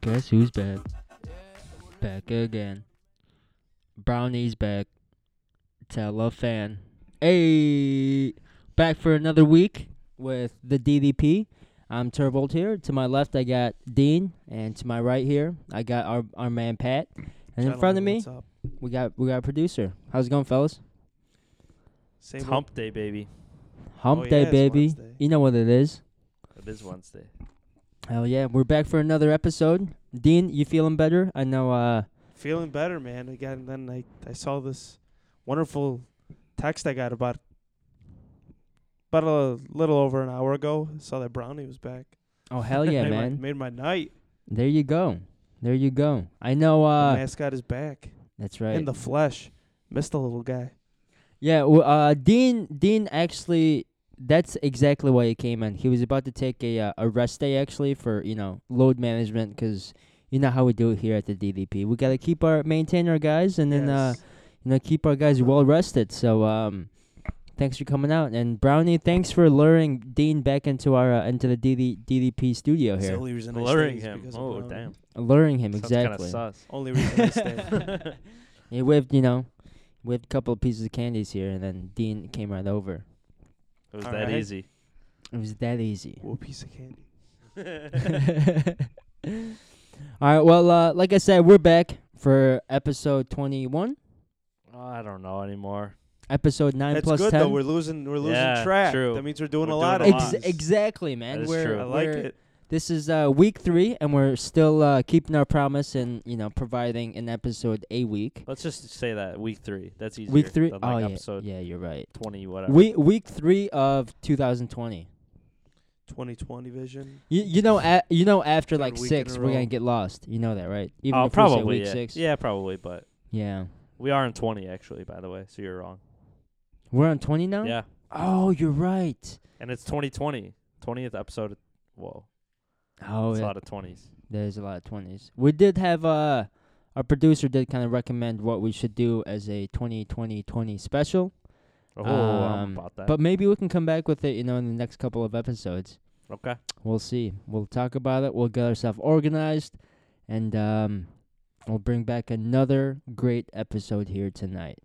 Guess who's back? Back again. Brownie's back. Tell a fan. Hey, back for another week with the DDP. I'm Turbolt here. To my left, I got Dean, and to my right here, I got our our man Pat. And in front of me, we got we got a producer. How's it going, fellas? Same It's hump day, baby. Hump Oh, yeah, day, it's baby. Wednesday. You know what it is. It is Wednesday. Hell yeah, we're back for another episode. Dean, you feeling better? I know. Uh, feeling better, man. Again, then I I saw this wonderful text I got about about a little over an hour ago. Saw that Brownie was back. oh hell yeah, made man. My, made my night. There you go. There you go. I know. the Uh, mascot is back that's right. in the flesh. Missed the little guy. yeah. Well, uh, Dean. Dean actually. That's exactly why he came in. He was about to take a uh, a rest day actually for you know load management because you know how we do it here at the DDP. We gotta keep our maintain our guys and then uh Yes. you know keep our guys well rested. So um, thanks for coming out and Brownie. Thanks for luring Dean back into our uh, into the DD, DDP studio It's the here. only reason I stayed Luring is him. because of Oh, Brownie. damn. Luring him Sounds exactly. kind of sus. Only reason I stayed. He whipped, you know, whipped a couple of pieces of candies here, and then Dean came right over. It was All that right. easy. It was that easy. What piece of candy? All right. Well, uh, like I said, we're back for episode twenty-one, Oh, I don't know anymore. episode nine That's plus good ten. though. We're losing. We're losing Yeah, track. true. That means we're doing We're a doing lot a of Ex- lot. these. exactly, man. That is we're, true. I like we're- it. This is uh, week three, and we're still uh, keeping our promise and you know providing an episode a week. Let's just say that week three. That's easier. Week three. Than oh like yeah, episode yeah, you're right. twenty whatever. We week three of 2020. 2020 vision. You you know a, you know after Third like week in six a we're row. gonna get lost. You know that right? Even oh, if we say probably week yeah. six. Yeah, probably. But Yeah. we are in twenty actually. By the way, so you're wrong. We're on twenty now. Yeah, Oh, you're right. and it's 2020. 20th episode. Of, whoa, Oh, it's a yeah. lot of twenties. there's a lot of twenties. We did have uh, our producer did kind of recommend what we should do as a 2020 special, Oh, I'm Um, about that. but maybe we can come back with it. You know, in the next couple of episodes, okay. we'll see. We'll talk about it. We'll get ourselves organized, and um, we'll bring back another great episode here tonight.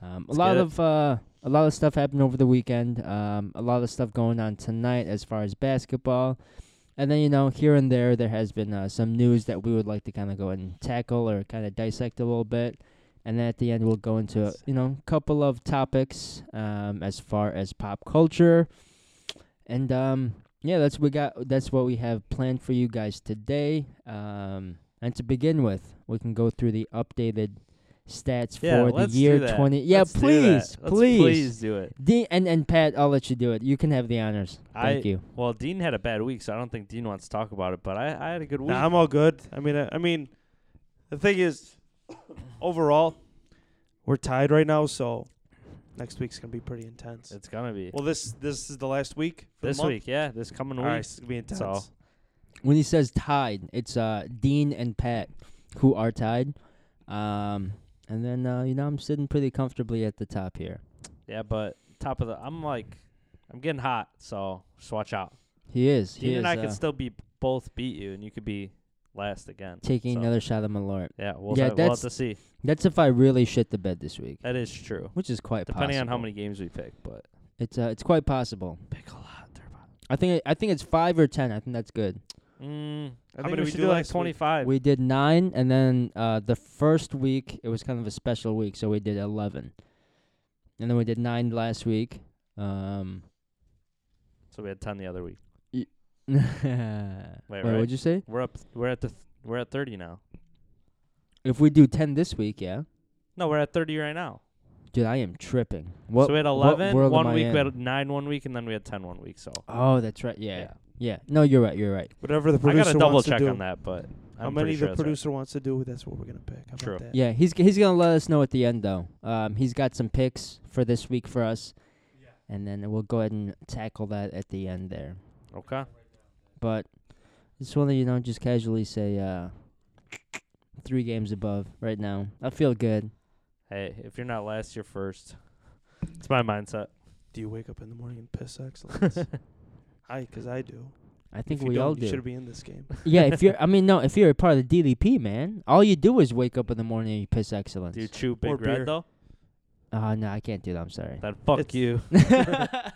Um, a Let's lot get it. of uh, a lot of stuff happened over the weekend. Um, a lot of stuff going on tonight as far as basketball, and then you know here and there there has been uh, some news that we would like to kind of go and tackle or kind of dissect a little bit, and then at the end we'll go into you know a couple of topics um, as far as pop culture, and um, yeah that's we got that's what we have planned for you guys today. Um, and to begin with, we can go through the updated stats Yeah, for let's the year do that. 20 yeah Let's do that. please Let's please please do it. Dean and, and pat i'll let you do it you can have the honors thank I- you Well, Dean had a bad week, so I don't think Dean wants to talk about it. But I, I had a good week. Nah, I'm all good. I mean, I, I mean, the thing is, overall, we're tied right now, so next week's gonna be pretty intense. it's gonna be well, this this is the last week. For the this month? week. Yeah, this coming All week. right, it's gonna be intense. So- when he says tied it's uh dean and pat who are tied um and then uh, you know i'm sitting pretty comfortably at the top here Yeah, but top of the, I'm like, I'm getting hot, so just watch out. he is he Dean and is I could uh, still be both beat you, and you could be last again. taking so- another shot at malort Yeah, we'll, Yeah, yeah, we'll that's- have to see. that's if i really shit the bed this week That is true. which is quite Depending on how possible. many games we pick, but it's uh, it's quite possible pick a lot. Turbine. i think i think it's 5 or 10 i think that's good Mm, I many think we we should do do like last week? 25. We did nine, and then uh, the first week it was kind of a special week, so we did eleven, and then we did nine last week. Um, so we had 10 the other week. wait, right. what'd you say? We're up. We're at the. Th- we're at 30 now. If we do ten this week, yeah, No, we're at 30 right now. dude, I am tripping. What? so we had what 11 world am one I week, we in? had 9 one week, and then we had 10 one week. So oh, that's right. Yeah, yeah, No, you're right. You're right. Whatever the I producer got to double wants check to do, on that, but how I'm many pretty sure the that's right. producer wants to do, that's what we're gonna pick. How True. About that? Yeah, he's g- he's gonna let us know at the end though. Um, he's got some picks for this week for us, and then we'll go ahead and tackle that at the end there. Okay. but just want to you know just casually say uh three games above right now. I feel good. Hey, if you're not last, you're first. It's my mindset. Do you wake up in the morning and piss excellence? I, cause I do. I think if you we all don't, you do. should be in this game. yeah, if you're, I mean, no, if you're a part of the DDP, man, all you do is wake up in the morning and you piss excellence. Do you chew big Or red beer. though? Oh, no, I can't do that. I'm sorry. Then fuck It's- you.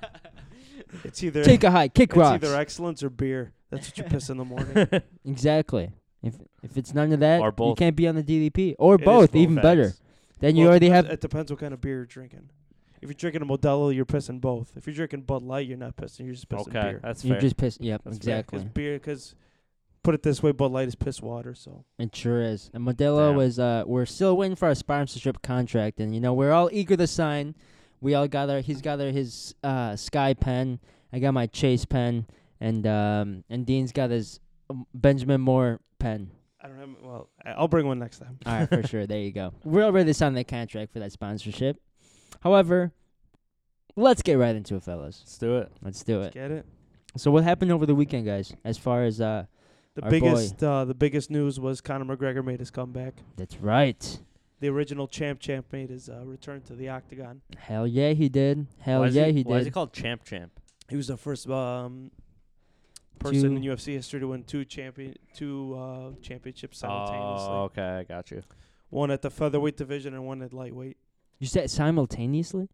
It's either Take a hike, kick it's rocks. either excellence or beer. That's what you piss in the morning. Exactly. If if it's none of that, Or you both. can't be on the DDP or is both. both, Even better. Facts. Then you Well, it already depends- have. It depends what kind of beer you're drinking. If you're drinking a Modelo, you're pissing both. If you're drinking Bud Light, you're not pissing. You're just pissing Okay, beer. that's You fair. just piss. Yep, That's fair, exactly. Because beer, because put it this way, Bud Light is piss water. So It sure is. And Modelo Damn. was. Uh, we're still waiting for our sponsorship contract, and you know we're all eager to sign. We all got our. He's got our, his uh, Sky pen. I got my Chase pen, and um, and Dean's got his um, Benjamin Moore pen. I don't have. Well, I- I'll bring one next time. All right, for sure. There you go. We're already signed that contract for that sponsorship. However, let's get right into it, fellas. Let's do it. Let's do it. Get it? So what happened over the weekend, guys? As far as uh, The Our biggest, uh, the biggest news was Conor McGregor made his comeback. that's right. The original champ, champ made his uh, return to the octagon. Hell yeah, he did. Hell Why is yeah, he, he Why is did. it called Champ Champ? He was the first um, person Two- in UFC history to win two champion, two uh, championships simultaneously. Oh, okay, I got you. One at the featherweight division and one at lightweight. you said simultaneously?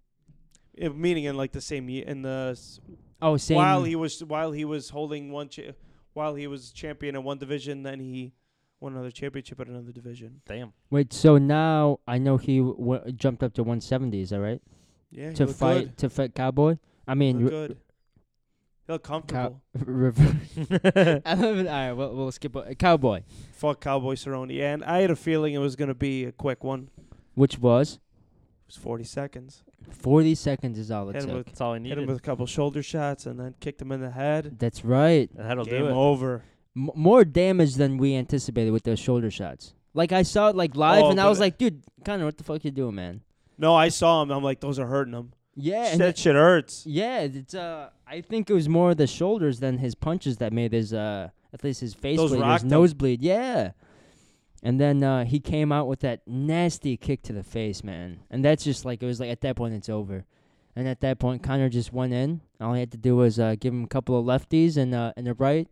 Yeah, eh, meaning in like the same year in the s Oh, same. while he was while he was holding one cha- while he was champion in one division then he won another championship at another division Damn. Wait, so now I know he w- jumped up to 170. Is that right? yeah he to looked fight good. to fight Cowboy. I He mean, looked re- good he looked comfortable rever- I love it. All right, we'll, we'll skip o- Cowboy, fought cowboy Cerrone and i had a feeling it was going to be a quick one which was it was 40 seconds 40 seconds is all it hit him, took. with, That's all I hit him needed. with a couple shoulder shots and then kicked him in the head That's right. And That'll game do it. over M- more damage than we anticipated with those shoulder shots. Like I saw it like live, Oh, and I but was it- like, dude, Connor, what the fuck you doing, man? no i saw him i'm like those are hurting him Yeah, Shit, and that shit hurts Yeah, it's uh I think it was more the shoulders than his punches that made his uh at least his face Those bleed, his rocked him. nosebleed. Yeah. And then uh he came out with that nasty kick to the face, man. And that's just like it was like at that point it's over. And at that point Connor just went in. All he had to do was uh give him a couple of lefties and uh and a right.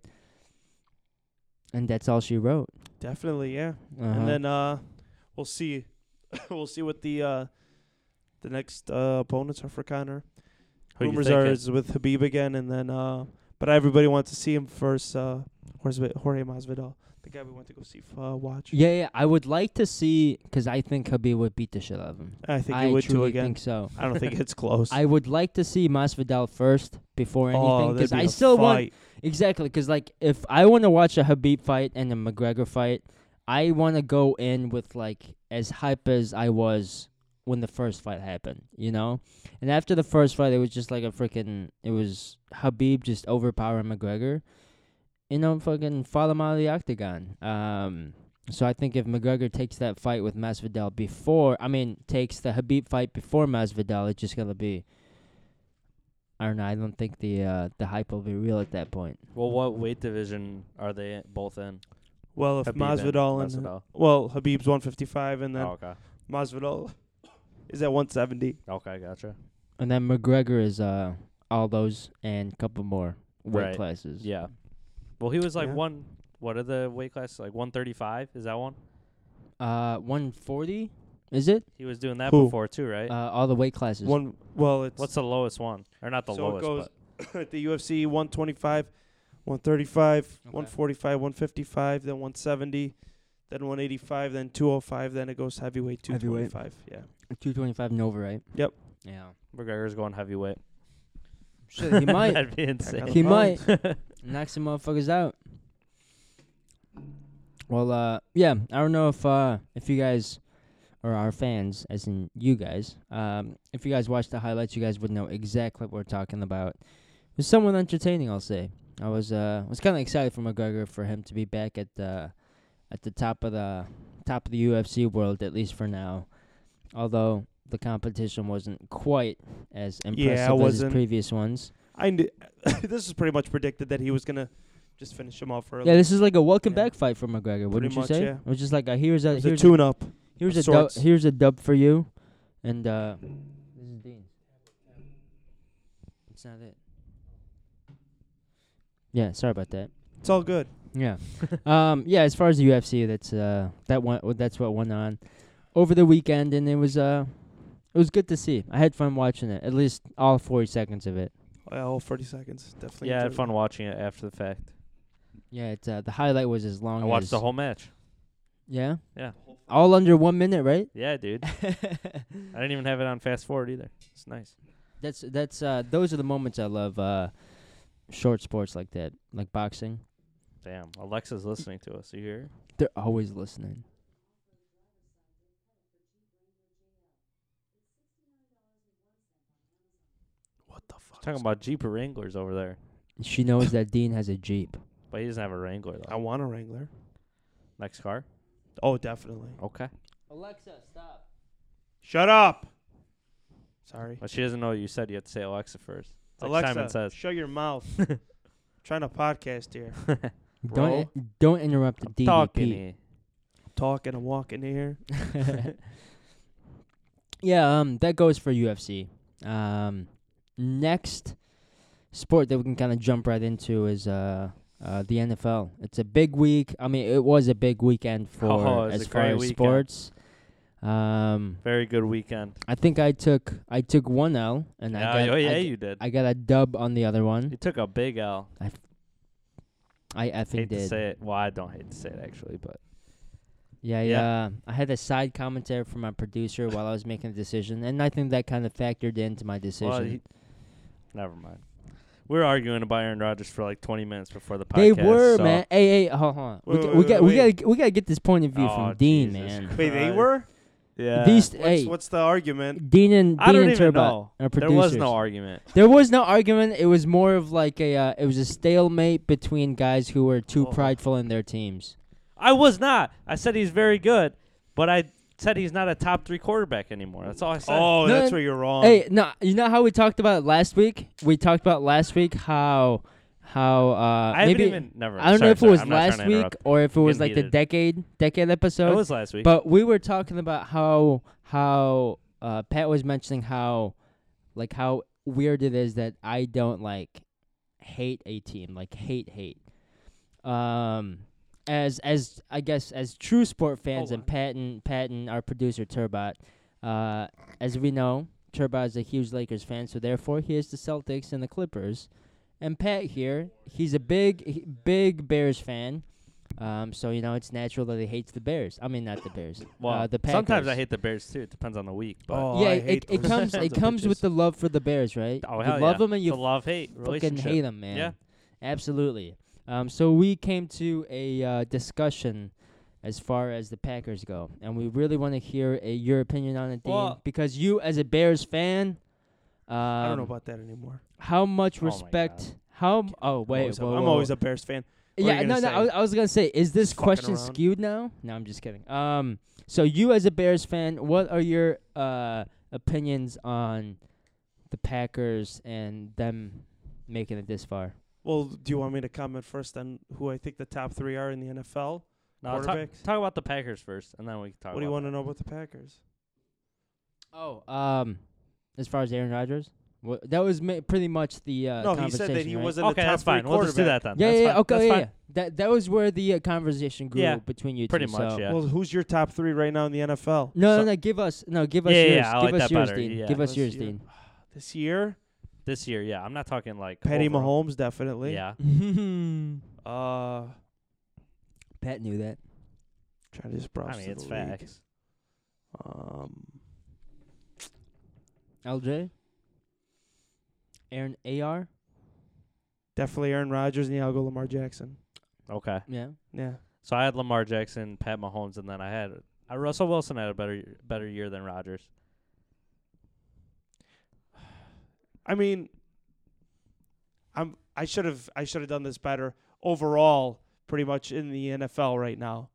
And that's all she wrote. definitely yeah Uh-huh. and then uh, we'll see, we'll see what the uh, the next uh, opponents are for Connor. Who you Rumors are thinking? is with Habib again, and then uh, but everybody wants to see him first. Uh, Jorge Jorge Masvidal, the guy we went to go see f- uh, watch. yeah, yeah, I would like to see because I think Habib would beat the shit out of him. I think he would too truly again. think so. I don't think it's close. I would like to see Masvidal first before anything oh, because that'd I be a still want fight. exactly because like if I want to watch a Habib fight and a McGregor fight, I want to go in with like as hype as I was when the first fight happened, you know. And after the first fight, it was just like a freaking it was Habib just overpowering McGregor, you know, fucking follow him out of the octagon. Um, so I think if McGregor takes that fight with Masvidal before, I mean, takes the Habib fight before Masvidal, it's just gonna be. I don't know. I don't think the uh, the hype will be real at that point. Well, what weight division are they in- both in? Well, if Habib and Masvidal and Masvidal. well Habib's 155, and then Oh, okay. Masvidal is at 170. Okay, gotcha. And then McGregor is uh all those and couple more weight Right. classes. Yeah. Well, he was like Yeah. one. What are the weight classes? Like 135? Is that one? Uh, one forty, is it? He was doing that Who? before too, right? Uh, all the weight classes. One well, it's What's the lowest one? Or not the so lowest, it goes at the UFC 125, 135, 145, 155, then 170, then 185, then 205, then it goes heavyweight Heavyweight. 225. Yeah. Two twenty five and over, right? Yep. Yeah. but McGregor's going heavyweight. Shit, he might That'd be Back on insane. He the might. pounds. knock some motherfuckers out. Well, uh, yeah, I don't know if uh if you guys or our fans, as in you guys, um, if you guys watched the highlights, you guys would know exactly what we're talking about. It was somewhat entertaining, I'll say. I was uh was kind of excited for McGregor for him to be back at the at the top of the top of the UFC world at least for now. Although the competition wasn't quite as impressive as his wasn't. previous ones. I knew this is pretty much predicted that he was going to just finish him off early. Yeah, this is like a welcome Yeah. back fight for McGregor, wouldn't you much, say? yeah. It was just like a here's a It was a here's tune up. a, here's a of dub, sorts. here's a dub for you, and uh, this is Dean. It's not it. Yeah, sorry about that. It's all good. Yeah. um. Yeah. As far as the UFC, that's uh that went that's what went on over the weekend, and it was uh it was good to see. I had fun watching it. At least all forty seconds of it. All 40 seconds. Definitely. yeah, I had enjoyed it. fun watching it after the fact. Yeah. It's uh, the highlight was as long. I watched as, the whole match. Yeah. Yeah. All under one minute, right? Yeah, dude. I didn't even have it on fast forward either. It's nice. That's that's uh those are the moments I love. Uh, short sports like that, like boxing. Damn, Alexa's listening to us. You hear? They're always listening. What the fuck? Talking is- about Jeep Wranglers over there, She knows that Dean has a jeep. but he doesn't have a Wrangler though. I want a Wrangler. Next car. Oh, definitely. Okay. Alexa, stop. Shut up. Sorry. But she doesn't know what you said. You have to say Alexa first. It's like Alexa, Simon says. shut your mouth. trying to podcast here. Don't i- don't interrupt the DDP. Talking here. Talking and walking here. yeah, um, that goes for UFC. Um, next sport that we can kind of jump right into is uh, uh, the NFL. It's a big week. I mean, it was a big weekend for Oh, it was as a far great as weekend. sports. Um, Very good weekend. I think I took I took one L and Yeah, I got oh I, yeah, g- you did. I got a dub on the other you one. took a big L. I effing Hate to did. say it. Well, I don't hate to say it actually, but Yeah, Yeah. yeah. I had a side commentary from my producer while I was making the decision, and I think that kind of factored into my decision. well, he- never mind. We were arguing about Aaron Rodgers for like 20 minutes before the podcast. They were, so- man. Hey, hey, hold on. We, Wait, got- wait, we wait, got, we wait. got, we got to get this point of view Oh, from Dean, Jesus man. Wait, they Christ. were? Yeah. These, What's, hey, what's the argument? Dean and I Dean don't and even Turbo, know. our There was producers. no argument. There was no argument. It was more of like a, uh, it was a stalemate between guys who were too Oh. prideful in their teams. I was not. I said he's very good, but I said he's not a top three quarterback anymore. That's all I said. Oh, No, that's where you're wrong. hey, Um, no, you know how we talked about it last week? We talked about last week how, how, uh, I maybe haven't even. Never. I don't sorry, know if sorry, it was I'm not trying last to week interrupt. or if it was Getting like the heated. decade decade episode. It was last week. But we were talking about how how uh, Pat was mentioning how like how weird it is that I don't like hate a team like hate hate. Um, as as I guess as true sport fans Hold and Pat and Pat and our producer Turbot, uh, as we know, Turbot is a huge Lakers fan, so therefore he is the Celtics and the Clippers. And Pat here, he's a big he- big Bears fan. Um, so you know it's natural that he hates the Bears. I mean, not the Bears. well, uh, the Packers. sometimes I hate the Bears too. It depends on the week. But Oh, yeah, I it, hate it, it those comes sons it of comes with bitches. the love for the Bears, right? Oh, you hell love yeah. them and it's a you love hate fucking relationship. hate them, man. Yeah. absolutely. Um, so we came to a uh, discussion as far as the Packers go, and we really want to hear a, your opinion on it, Dean, Well- because you, as a Bears fan, um, I don't know about that anymore. how much Oh my God. respect. How? m- Oh wait, I'm always, a- whoa, I'm whoa, always whoa. a Bears fan. What are Yeah, you no, gonna no. say? I was, I was gonna say, is this Fucking question around? skewed now? No, I'm just kidding. Um, so you as a Bears fan, what are your uh opinions on the Packers and them making it this far? Well, do you want me to comment first on who I think the top three are in the NFL? No, talk, Quarterbacks? talk about the Packers first, and then we can talk. what do you about want to know about the Packers? Oh, um, as far as Aaron Rodgers, wha- that was ma- pretty much the uh, no, he conversation, said that he right? wasn't Okay, the top that's three fine. We'll just do that quarterback. then. Yeah, that's yeah, fine. okay, That's yeah, fine. yeah. That that was where the uh, conversation grew Yeah, between you two. Pretty much, so- yeah. Well, who's your top three right now in the NFL? No, So- no, no. Give us no. Give us Yeah, yeah, yours. I give like us that yours, better, Dean. yeah. give us Let's yours, hear- Dean. This year, This year, yeah. I'm not talking like Patty overall. Mahomes, definitely. Yeah. Uh, Pat knew that. trying to just I browse mean, through it's the league. facts. Um, LJ? Aaron AR? definitely Aaron Rodgers, and yeah, I'll go Lamar Jackson. Okay. Yeah. Yeah. So I had Lamar Jackson, Pat Mahomes, and then I had I Russell Wilson had a better better year than Rodgers. I mean, I'm. I should have. I should have done this better overall. Pretty much in the NFL right now.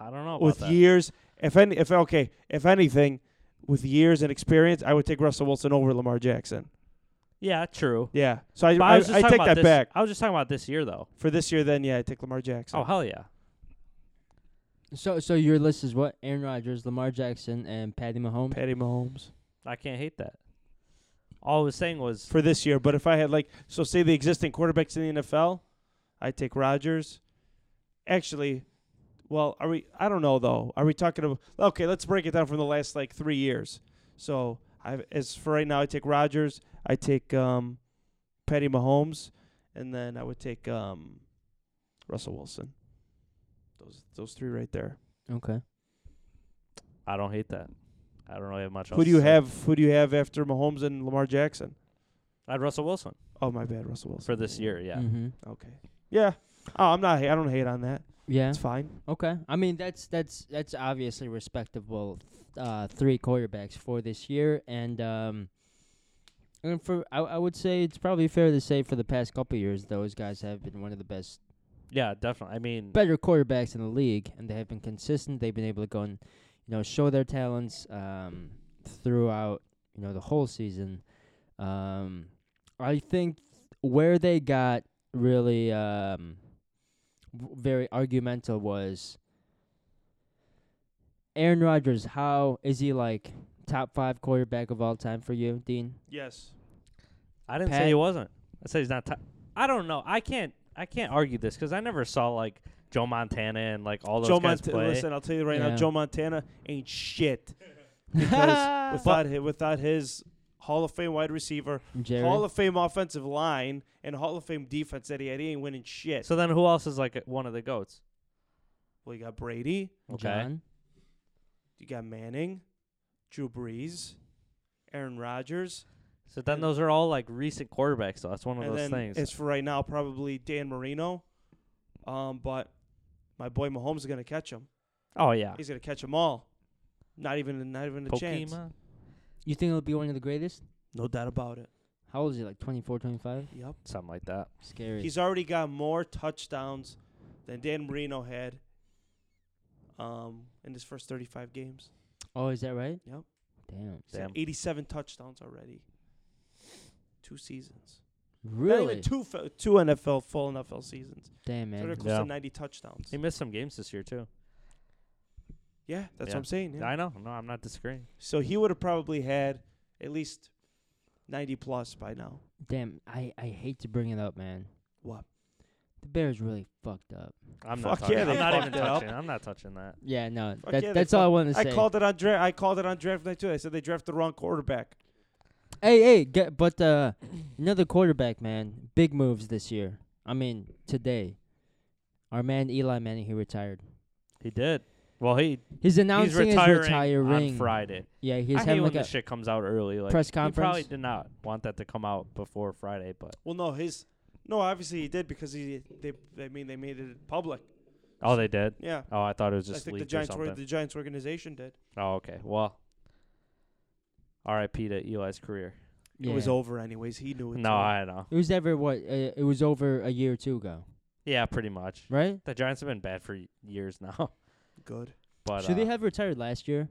I don't know about with that. years. If any, if okay, if anything, with years and experience, I would take Russell Wilson over Lamar Jackson. yeah, true. Yeah, so I But I, I was just I talking take about that this, back I was just talking about this year though. for this year. Then yeah, I take Lamar Jackson. Oh hell yeah. So so your list is what? Aaron Rodgers, Lamar Jackson, and Patty Mahomes? Patty Mahomes. I can't hate that. All I was saying was for this year. But if I had like, so say the existing quarterbacks in the NFL, I take Rodgers. Actually, well, are we? I don't know though. Are we talking about? Okay, let's break it down from the last like three years. So I, as for right now, I take Rodgers. I take um, Patty Mahomes, and then I would take um, Russell Wilson. Those those three right there. Okay. I don't hate that. I don't really have much. who else do to you say. have? Who do you have after Mahomes and Lamar Jackson? I had Russell Wilson Oh my bad, Russell Wilson. for this year. Yeah. Mm-hmm. Okay. Yeah. Oh, I'm not. I don't hate on that. Yeah. It's fine. Okay. I mean, that's that's that's obviously respectable. Uh, three quarterbacks for this year, and um, and for I, I would say it's probably fair to say for the past couple years, those guys have been one of the best, Yeah, definitely. I mean, better quarterbacks in the league, and they have been consistent. They've been able to go and you know show their talents um, throughout you know the whole season. Um, I think where they got really um, w- very argumental was Aaron Rodgers. How is he like top five quarterback of all time for you, Dean? Yes. I didn't say Pat- he wasn't. I said he's not. Top. I don't know. I can't. I can't argue this because I never saw like Joe Montana and like all those Joe guys Montana. play. Listen, I'll tell you right Yeah. now, Joe Montana ain't shit Uh, because without his, without his Hall of Fame wide receiver, Jerry. Hall of Fame offensive line, and Hall of Fame defense that he had, he ain't winning shit. So then, who else is like one of the goats? well, you got Brady, Okay. John. you got Manning, Drew Brees, Aaron Rodgers, So then, those are all like recent quarterbacks. though. that's one of and those then things. as for right now, probably Dan Marino. Um, but my boy Mahomes is gonna catch him. oh yeah, He's gonna catch them all. Not even, not even a chance. Pokemon. You think it'll be one of the greatest? No doubt about it. How old is he? Like 24, 25? Yep. Something like that. Scary. He's already got more touchdowns than Dan Marino had um, in his first 35 games. oh, is that right? Yep. Damn. He's got Damn. 87 touchdowns already. Two seasons. Not even Really? two, fe- two NFL, full NFL seasons. Damn, So they're man. close Yeah. to 90 touchdowns. He missed some games this year too. Yeah, that's Yeah. what I'm saying. yeah. I know. No, I'm not disagreeing. So he would have probably had at least 90 plus by now. Damn, I, I hate to bring it up, man. What? The Bears really fucked up. I'm not. Fuck Touching. yeah, I'm they not even fucked it up. touching. I'm not touching that. Yeah, no, Fuck that, yeah, they that's all I fuck- wanted to say. I called it on draft. I called it on draft night too. I said they drafted the wrong quarterback. hey, hey, get, but uh, another quarterback, man. Big moves this year. I mean, today, our man Eli Manning, he retired. He did. Well, he He's he's announcing retiring, his retiring on Friday. Yeah, I he's hate having when like a this shit comes out early. Like press He probably conference. did not want that to come out before Friday, but Well, no, his no. Obviously, he did because he they. I mean, they made it public. oh, they did. Yeah, Oh, I thought it was I just think the leaked or Giants were something. the Giants organization did. oh, okay. Well, R.I.P. to Eli's career. Yeah. It was over anyways. He knew it. No, too. I know. It was ever what? Uh, it was over a year or two ago, Yeah, pretty much. right? The Giants have been bad for y- years now, good. but should uh, they have retired last year?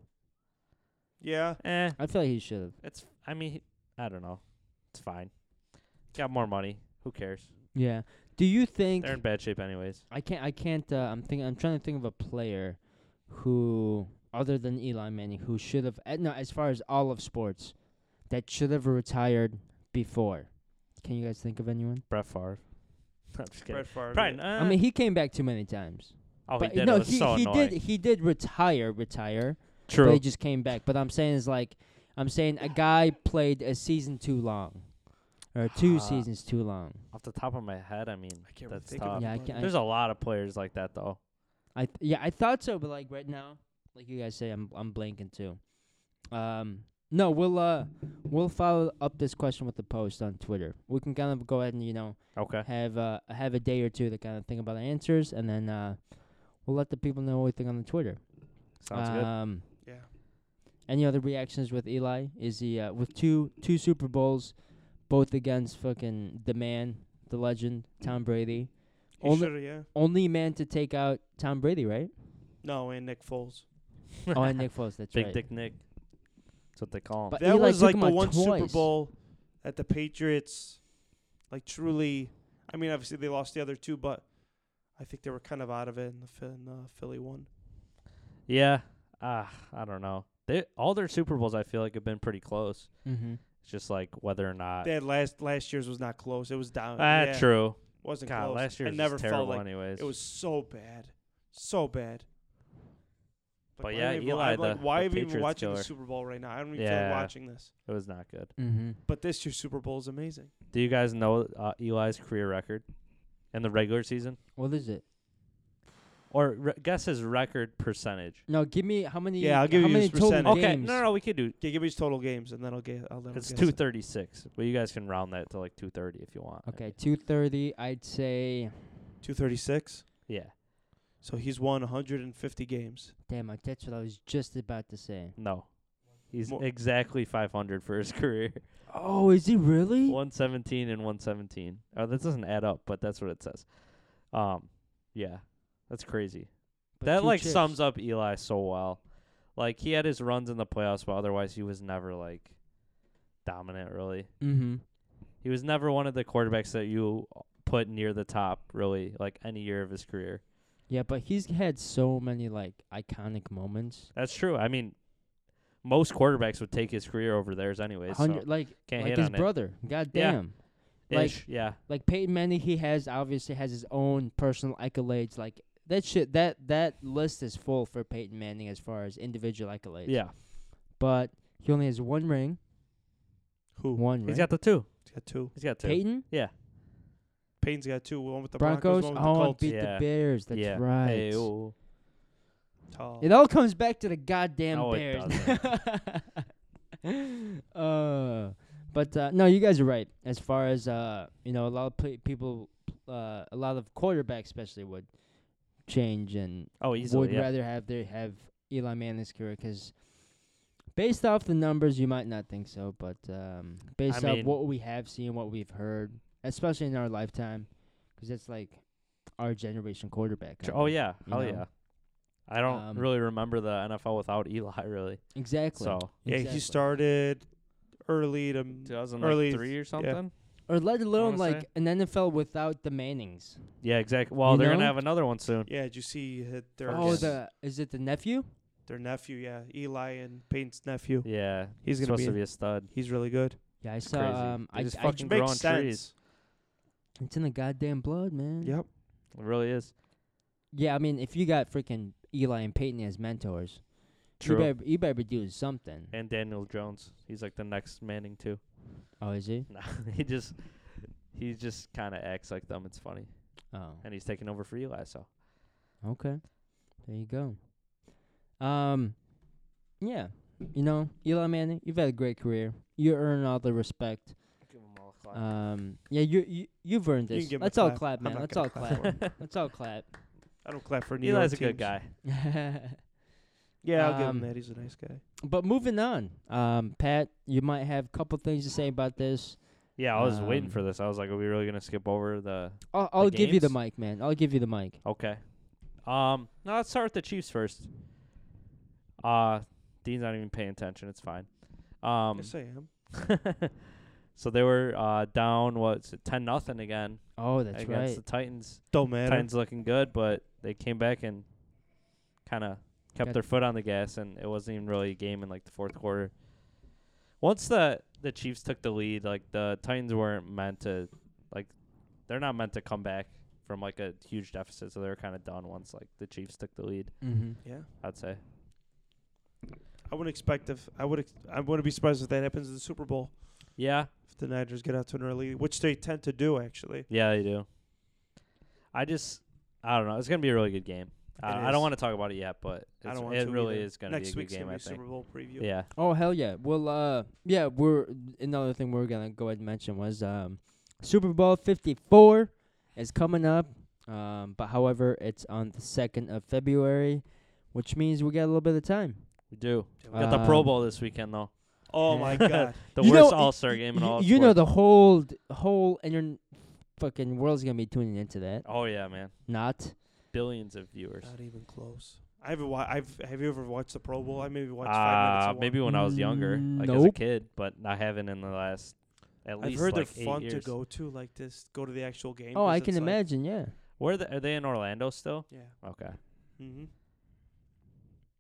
Yeah, Eh, I feel like he should have. it's. I mean, I don't know. It's fine. Got more money. Who cares? Yeah. Do you think They're in bad shape anyways. I can't. I can't. Uh, I'm thinking. I'm trying to think of a player who, other than Eli Manning, who should have. Uh, no, as far as all of sports, that should have retired before. Can you guys think of anyone? Brett Favre. I'm just kidding. Brett Favre. Brian, yeah. uh, I mean, he came back too many times. oh, he but did. no, it was he so he annoying. did. He did retire. Retire. But True. he just came back. But I'm saying is like, I'm saying a guy played a season too long, or two Ah. seasons too long. Off the top of my head, I mean, I can't really that's think of tough. Yeah, I anybody. can't- There's a lot of players like that though. I th- yeah, I thought so, but like right now, like you guys say, I'm I'm blanking too. Um, no, we'll uh we'll follow up this question with the post on Twitter. We can kind of go ahead and you know Okay. have uh have a day or two to kind of think about the answers, and then uh we'll let the people know what we think on the Twitter. Sounds good. um, yeah. Any other reactions with Eli? Is he uh, with two two Super Bowls, both against fucking the man, the legend, Tom Brady, He only- shoulda, yeah. only man to take out Tom Brady, right? No, and Nick Foles. oh, and Nick Foles. That's Big right. Dick Nick. That's what they call him. But that Eli was took like him the out one Super twice. Bowl that the Patriots, like truly. I mean, obviously they lost the other two, but I think they were kind of out of it in the, Phil- in the Philly one. yeah. Ah, I don't know. They all their Super Bowls I feel like have been pretty close. Mm-hmm. It's just like whether or not. That last last year's was not close. It was down. Ah, yeah, true. Wasn't God, close. last year I never was terrible. felt like anyways, it was so bad, so bad. But why yeah, am I even- Eli, I'm like, the- why the am I even Patriots watching killer. the Super Bowl right now? I don't even feel Yeah. like watching this. it was not good. Mm-hmm. But this year's Super Bowl is amazing. Do you guys know uh, Eli's career record in the regular season, What is it? or re- guess his record percentage? No, give me how many. Yeah, I'll give how you many his total percentage. Okay, games? no, no, we could do. Okay, give me his total games, and then I'll get. I'll let him It's guess two it. thirty six, but you guys can round that to like two thirty if you want. I Okay, mean, two thirty. I'd say. 236. Yeah. So he's won 150 games. Damn, I- that's what I was just about to say. No. He's Mo- exactly five hundred for his career. Oh, is he really? one seventeen and one seventeen. Oh, that doesn't add up, but that's what it says. Um, yeah, that's crazy. But that two like chips. sums up Eli so well. Like he had his runs in the playoffs, but otherwise he was never like dominant. Really, Mm-hmm. he was never one of the quarterbacks that you put near the top. Really, like any year of his career. Yeah, but he's had so many like iconic moments. That's true. I mean, most quarterbacks would take his career over theirs anyway. So Hundred, like can't like hate his on it. brother. God Yeah. damn. like- Ish, yeah, Like Peyton Manning, he has obviously has his own personal accolades. Like that shit. That that list is full for Peyton Manning as far as individual accolades. yeah. But he only has one ring. Who? One ring. He's got the two. He's got two. He's got two. Peyton Payton's got two. One with the Broncos. Broncos, one with the oh, and Colts. beat Yeah. the Bears. That's yeah. right. Ayo. Tall. It all comes back to the goddamn No, it Bears. uh, but uh, no, you guys are right. As far as uh, you know, a lot of pla people, uh, a lot of quarterbacks especially would change and Oh, easily. would yeah. rather have their have Eli Manning's career because based off the numbers, you might not think so, but um, based off mean- what we have seen, what we've heard, especially in our lifetime, because it's like our generation quarterback. Tr- I Oh mean. yeah, you hell know? yeah. I don't Um, really remember the NFL without Eli really. exactly. So yeah, exactly. he started early to m- 2003 or something. Or let wanna alone like say? an NFL without the Mannings. Yeah, exactly. Well, You they're gonna know? have another one soon. Yeah, did you see hit their uh, Oh, Fergus. the is it the nephew? their nephew? Yeah, Eli and Payton's nephew. Yeah, He's gonna supposed be. to be a stud. he's really good. Yeah, I It's saw. crazy. Um, They I, just I- fucking grow makes on sense. trees. it's in the goddamn blood, man. Yep. It really is. Yeah, I mean, if you got freaking Eli and Peyton as mentors, True. you better you better be doing something. And Daniel Jones, he's like the next Manning too. Oh, is he? No, he just he just kind of acts like them. It's funny, Oh, and he's taking over for Eli. So okay. There you go. Um, yeah, you know, Eli Manning, you've had a great career. You earn all the respect. give him all Um, yeah, you you you've earned You can this. give him a Let's all clap. clap, I'm man. not Let's gonna all clap clap. for him. Let's all clap. I don't clap for New Eli's a York good teams. guy. Yeah, I'll give him Um, that. He's a nice guy. But moving on, um, Pat, you might have a couple things to say about this. Yeah, I was waiting Um, for this. I was like, are we really gonna skip over the I'll, I'll give you the games? mic, man. I'll give you the mic. Okay. Um, no, let's start with the Chiefs first. Uh, Dean's not even paying attention. It's fine. Um, yes, I am. so they were uh, down what's it, ten nothing again Oh, that's against right. the Titans. Don't matter. Titans looking good, but they came back and kind of kept Got- their foot on the gas, and it wasn't even really a game in like the fourth quarter. Once the the Chiefs took the lead, like the Titans weren't meant to, like they're not meant to come back from like a huge deficit, so they were kind of done once like the Chiefs took the lead. Mm-hmm. Yeah, I'd say I wouldn't expect if I would. Ex- I wouldn't be surprised if that happens in the Super Bowl yeah, if the Niners get out to an early, which they tend to do actually. yeah they do. I just I don't know. It's gonna be a really good game. Uh, It I is. don't want to talk about it yet, but it's, I don't want it to really either. is gonna Next be a week's good game. gonna I be think. Super Bowl preview. Yeah. Oh hell yeah. Well, uh, yeah, we're another thing we are gonna go ahead and mention was um, Super Bowl Fifty Four is coming up. Um, but however, it's on the second of February, which means we got a little bit of time. We do. We Uh, got the Pro Um, Bowl this weekend though. Oh my God. The You know, worst y- All Star game in You- all. of you know sports. the whole whole intern fucking world's gonna be tuning into that. Oh yeah, man, Not. billions of viewers. Not even close. I haven't. Wa- I've. Have you ever watched the Pro Bowl? I maybe watched five minutes. Uh, of one. maybe when I was younger, like as a Mm, Nope. kid, but I haven't in the last at I've least heard like they're eight fun years. to go to, like this. Go to the actual game. Oh, 'cause I it's can like- imagine. Yeah. Where the, are they in Orlando still? Yeah. Okay, Mm-hmm.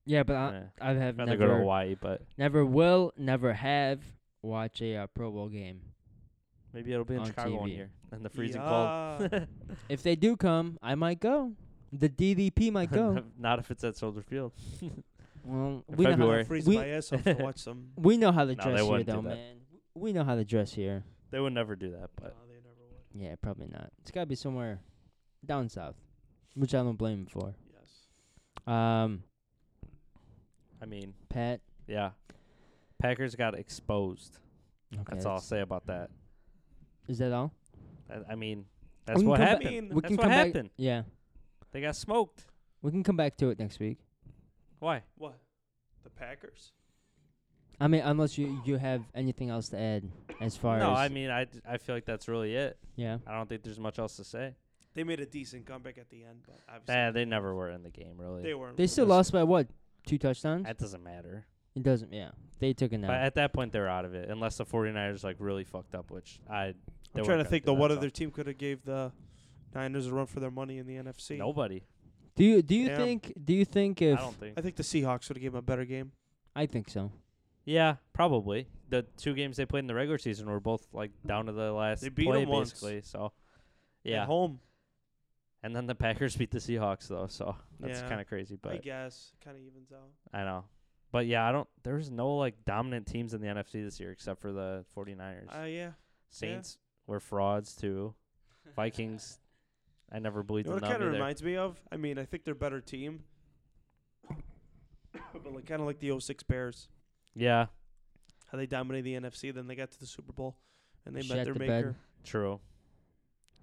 Yeah, but I, yeah. I have rather go to Uh, never, Hawaii, but never will, never have. watch a uh, Pro Bowl game. Maybe it'll be in On Chicago one TV. year and the freezing Yeah. cold. If they do come, I might go. The DDP might go. Not if it's at Soldier Field. well, In we know, how, February. I'll freeze we- my ass off to watch some. we know how they No, they dress here, wouldn't do though, that. man. We know how they dress here. They would never do that, but No, they never would. Yeah, probably not. It's got to be somewhere down south, which I don't blame him for. Yes. Um, I mean, Pat. yeah. Packers got exposed. Okay, That's all I'll say about that. Is that all? I, I mean, that's can what come back- happened. I mean, We That's can what come happened. back. Yeah, They got smoked. we can come back to it next week. Why? what? The Packers? I mean, unless you you have anything else to add as far No, as I mean, I, d- I feel like that's really it. yeah. I don't think there's much else to say. They made a decent comeback at the end, but obviously Nah, they never were in the game, really. they weren't. They still listen, lost by what? Two touchdowns. That doesn't matter. It doesn't. Yeah, they took a But nap. at that point, they're out of it, unless the 49ers like really fucked up, which I. they I'm weren't trying gonna to think do though, that, what so. other team could have gave the Niners a run for their money in the NFC? Nobody. Do you do you Yeah. think do you think if I don't think. I think the Seahawks would have gave them a better game. I think so? Yeah, probably. The two games they played in the regular season were both like down to the last They beat play 'em once. basically. So At yeah, home, and then the Packers beat the Seahawks though, so that's Yeah. kind of crazy. But I guess, kind of evens out. I know. But yeah, I don't. There's no like dominant teams in the NFC this year except for the 49ers. Uh, yeah. Saints were frauds too. Vikings, I never believed You know in what them it kind either. of reminds me of? I mean, I think they're a better team, but like kind of like the 06 Bears, yeah, how they dominated the NFC, then they got to the Super Bowl, and they Shat met their the maker. bed. true.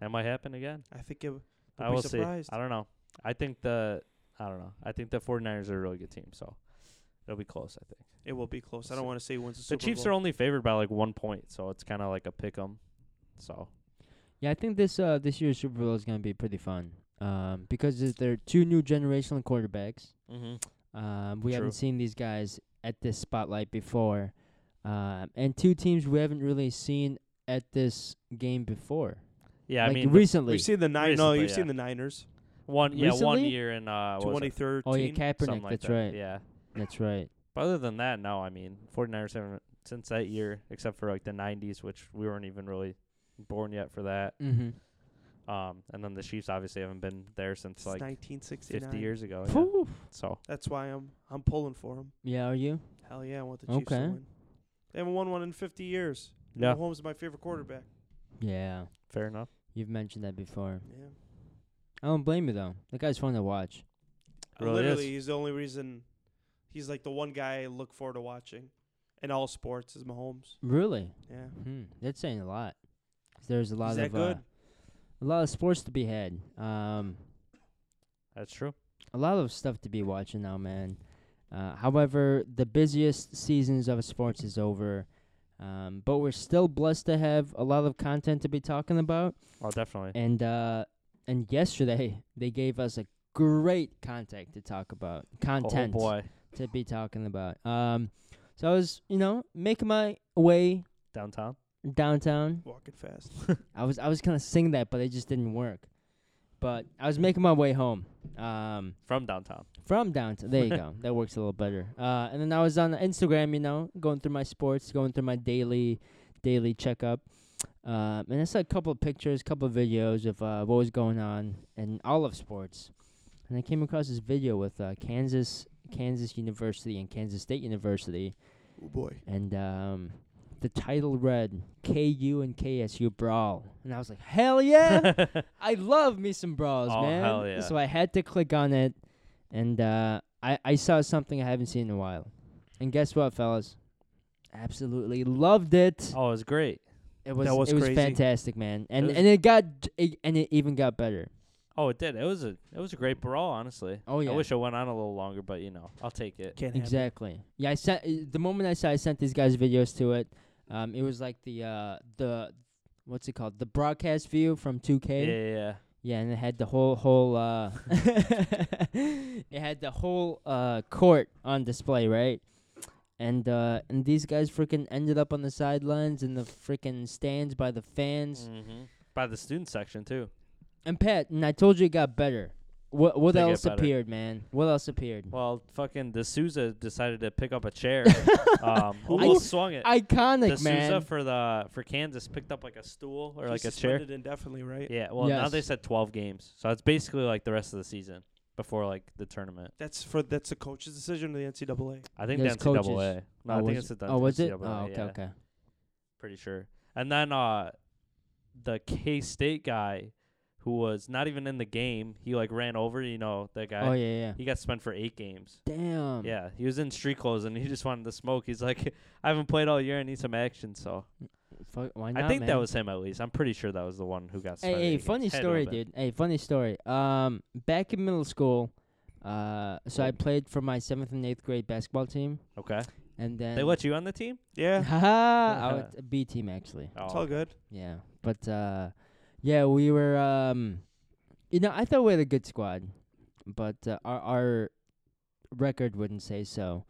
That might happen again. I think it. Don't I be will surprised. see. I don't know. I think the I don't know. I think the 49ers are a really good team, so it'll be close. I think. It will be close. I So- don't want to say who wins the The Super Chiefs are Bowl. only favored by like one point, so it's kind of like a pick 'em. So Yeah, I think this uh this year's Super Bowl is gonna be pretty fun. Um, because there's- there are two new generational quarterbacks. Mm-hmm. Um, we True. haven't seen these guys at this spotlight before, um, and two teams we haven't really seen at this game before. yeah, like I mean, the recently. We've seen the nine. No, Recently, you've yeah. seen the Niners. one yeah one recently? year in uh what was it? 2013. oh yeah, Something Kaepernick. like that's that. right. Yeah, That's right. but other than that, no. I mean, 49ers haven't since that year, except for like the 90s, which we weren't even really born yet for that. Mm-hmm. Um, and then the Chiefs obviously haven't been there since It's like 1969. 50 years ago. yeah. Yeah. So That's why I'm I'm pulling for them. yeah, are you? Hell yeah, I want the Chiefs Okay. to win. They haven't won one in 50 years. yeah, Mahomes is my favorite quarterback. Yeah, fair enough. you've mentioned that before. Yeah. I don't blame you though. That guy's fun to watch. Really Literally, is. he's the only reason. He's like the one guy I look forward to watching in all sports is Mahomes. Really? Yeah. Hmm. That's saying a lot. There's a lot Is that of uh, good? a lot of sports to be had. Um, That's true. a lot of stuff to be watching now, man. Uh, however, the busiest seasons of sports is over, um, but we're still blessed to have a lot of content to be talking about. Oh, definitely. And uh, and yesterday they gave us a great content to talk about. Content. Oh boy, to be talking about. Um, so I was, you know, making my way downtown. downtown. Walking fast. Oh, I was, I was gonna sing that, but it just didn't work. But I was making my way home um, From downtown. from downtown. There you go. That works a little better. Uh, and then I was on Instagram, you know, going through my sports, going through my daily, daily checkup. Um, and I saw a couple of pictures, couple of videos of uh, what was going on in all of sports. And I came across this video with uh, Kansas, Kansas University, and Kansas State University. oh boy. and um, the title read KU and KSU brawl, and I was like, hell yeah, I love me some brawls, Oh, man. hell yeah. So I had to click on it, and uh, I I saw something I haven't seen in a while, and guess what, fellas, absolutely loved it. oh, it was great. it was, that was it was crazy. fantastic, man, and was- and it got it, and it even got better. Oh, it did. It was a it was a great brawl, honestly. Oh, yeah. I wish it went on a little longer, but you know, I'll take it. Can't exactly. Exactly. Yeah, I sent uh, the moment I saw I sent these guys videos to it. Um, it was like the uh the what's it called the broadcast view from 2K. Yeah, yeah, yeah. Yeah, and it had the whole whole uh it had the whole uh court on display, right? And uh and these guys freaking ended up on the sidelines in the freaking stands by the fans. Mm. Mhm. By the Mm-hmm. student section too. And Pat, and I told you it got better. What what They get else better. appeared, man? What else appeared? Well, fucking D'Souza decided to pick up a chair. um, Who almost swung it. Iconic, D'Souza man. for the for Kansas picked up like a stool or like He's a chair. suspended indefinitely, right? Yeah. Well, now they Yes. said 12 games, so it's basically like the rest of the season before like the tournament. That's for that's the coach's decision or the NCAA. I think There's that's the double coaches. A. No, I was, think it's the oh, was it? NCAA, Oh, okay, uh, yeah. okay. pretty sure. And then uh the K State guy who was not even in the game, he like ran over, you know, that guy. Oh yeah, yeah. He got spent for eight games. Damn. yeah, he was in street clothes and he just wanted to smoke. He's like, I haven't played all year. I need some action. So Fuck, why not? I think man? that was him at least. I'm pretty sure that was the one who got Hey, suspended. hey eight funny games. Had to story, have been. dude. Hey, funny story. Um, back in middle school, uh, so I played for my seventh and eighth grade basketball team, Okay. and then They let you on the team? Yeah, Haha, I was a B team actually. Oh, it's all good. Yeah, but uh, yeah, we were um, you know, I thought we had a good squad, but uh, our our record wouldn't say so.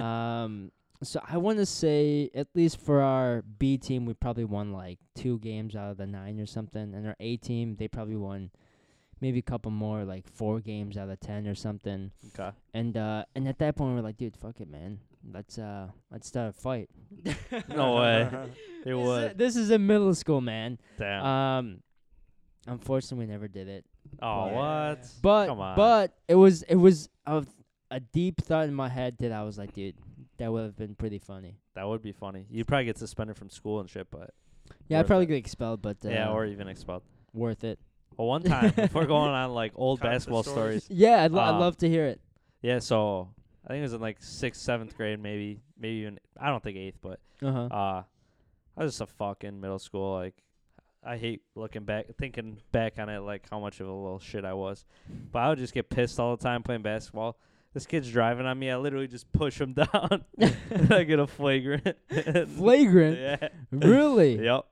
um, so I want to say at least for our B team, we probably won like two games out of the nine or something, and our A team they probably won maybe a couple more, like four games out of ten or something. Okay. And uh, and at that point, we're like, dude, fuck it, man, let's uh, let's start a fight. No way. It This is- was. This is in middle school, man. Damn. Um, unfortunately, we never did it. oh, yeah. what? But Come on. but it was it was a, a deep thought in my head that I was like, dude, that would have been pretty funny. That would be funny. You'd probably get suspended from school and shit, but Yeah, Worth I'd probably it. get expelled, but uh, yeah, or even expelled. worth it. Well, one time before going on like old Constant basketball stories. stories. Yeah, I'd, lo- I'd Um, love to hear it. Yeah, so I think it was in like sixth, seventh grade, maybe, maybe even I don't think eighth, but Uh huh. uh, I was just a fucking middle school. Like, I hate looking back, thinking back on it, like how much of a little shit I was. But I would just get pissed all the time playing basketball. This kid's driving on me. I literally just push him down. and I get a flagrant. Flagrant, yeah. really? Yep.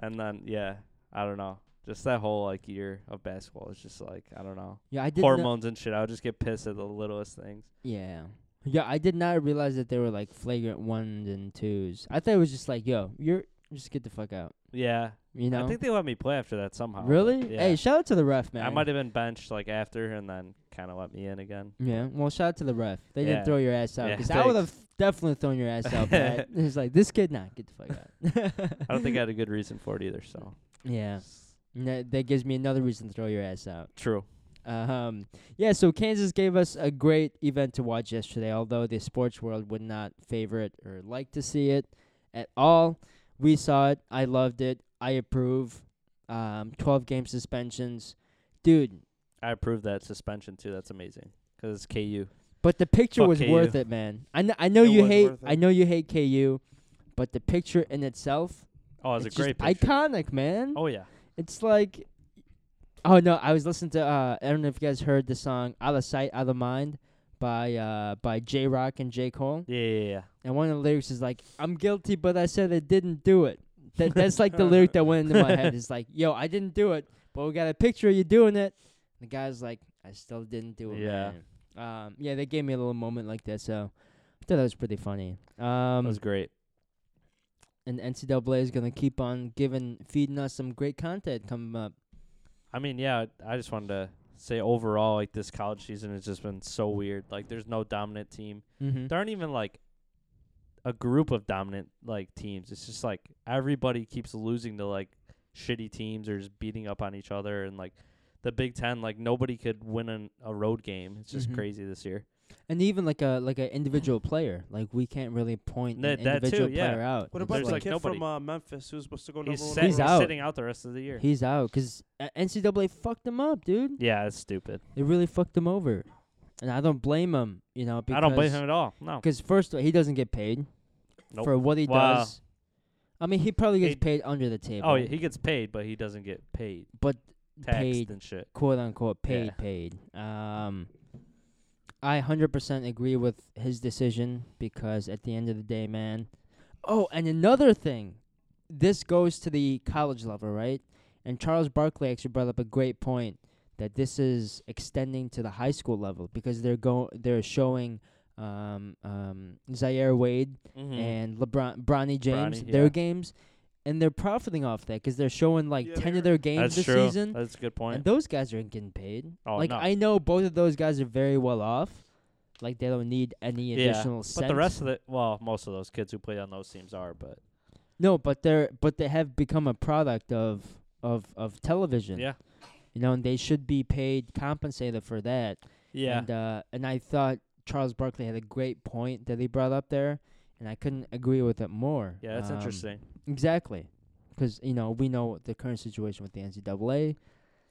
And then yeah, I don't know. Just that whole like year of basketball is just like I don't know Yeah, I did. Not, hormones and shit. I would just get pissed at the littlest things. yeah, yeah, I did not realize that they were like flagrant ones and twos. I thought it was just like, yo, you're just get the fuck out. Yeah, You know? I think they let me play after that somehow. but really? Yeah. Hey, shout out to the ref, man. I might have been benched like after, and then kind of let me in again. Yeah, well, shout out to the ref. They Yeah. didn't throw your ass out Yeah, because I would have definitely thrown your ass out. Pat. it's like this kid, not get the fuck out. I don't think I had a good reason for it either. So yeah, And that, that gives me another reason to throw your ass out. true. Um, yeah, so Kansas gave us a great event to watch yesterday, although the sports world would not favor it or like to see it at all. We saw it. I loved it. I approve. Um, twelve game suspensions, dude. I approved that suspension too. That's amazing because it's KU. But the picture Fuck was KU. worth it, man. I know, I know It you was hate worth it. I know you hate KU, but the picture in itself Oh, it's, it's a great just picture. iconic, man. Oh yeah, It's like Oh no, I was listening to uh I don't know if you guys heard the song Out of Sight, Out of Mind by uh by J Rock and J. Cole. yeah, yeah, yeah. And one of the lyrics is like, I'm guilty but I said I didn't do it. That that's like the lyric that went into my head. It's like, yo, I didn't do it, but we got a picture of you doing it. The guy's like, I still didn't do it, Yeah. man. Um yeah, they gave me a little moment like that, so I thought that was pretty funny. Um That was great. and NCAA is gonna keep on giving feeding us some great content coming up. I mean, yeah, I just wanted to say overall, like this college season has just been so weird. Like, there's no dominant team. Mm-hmm. There aren't even like a group of dominant like teams. It's just like everybody keeps losing to like shitty teams or just beating up on each other and like the Big Ten. Like nobody could win an, a road game. It's just Mhm. crazy this year. And even like a like a individual player, like we can't really point That- an that too, individual yeah. player out. What It's about There's, the like, kid nobody. from uh, Memphis who's supposed to go number He's, one? set, He's he's out. sitting out the rest of the year. he's out uh, because NCAA fucked him up, dude. yeah, it's stupid. They really fucked him over, and I don't blame him. You know, because I don't blame him at all. No, Because first, of all, he doesn't get paid Nope. for what he Wow. does. I mean, he probably gets He- paid under the table. oh, yeah, he gets paid, but he doesn't get paid, but taxed paid and shit. quote unquote paid Yeah. paid. Um, I hundred percent agree with his decision because at the end of the day, man. Oh, and another thing, this goes to the college level, right? And Charles Barkley actually brought up a great point that this is extending to the high school level because they're go they're showing um, um, Zaire Wade Mm-hmm. and LeBron, Bronny James, Hmm. Bronny, their yeah. games, and they're profiting off that because they're showing like Yeah, ten they're- of their games That's this true. season, That's a good and point. those guys aren't getting paid. Oh, like no. I know both of those guys are very well off. Like they don't need any Yeah, additional. but cents. the rest of the well, most of those kids who played on those teams are, but No, but they're but they have become a product of of of television. yeah, You know, and they should be paid compensated for that. yeah, And uh and I thought Charles Barkley had a great point that he brought up there and I couldn't agree with it more. yeah. That's Um, interesting. Exactly. Because, you know, we know the current situation with the NCAA.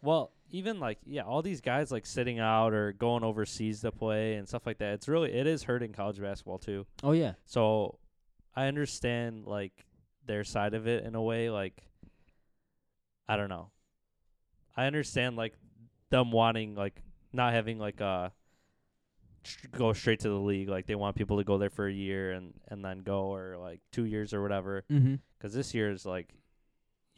Well, even like yeah, all these guys like sitting out or going overseas to play and stuff like that. It's really it is hurting college basketball too. Oh yeah. So I understand like their side of it in a way. Like I don't know. I understand like them wanting like not having like uh tr- go straight to the league. Like they want people to go there for a year and and then go or like two years or whatever. Mm-hmm. Because this year is like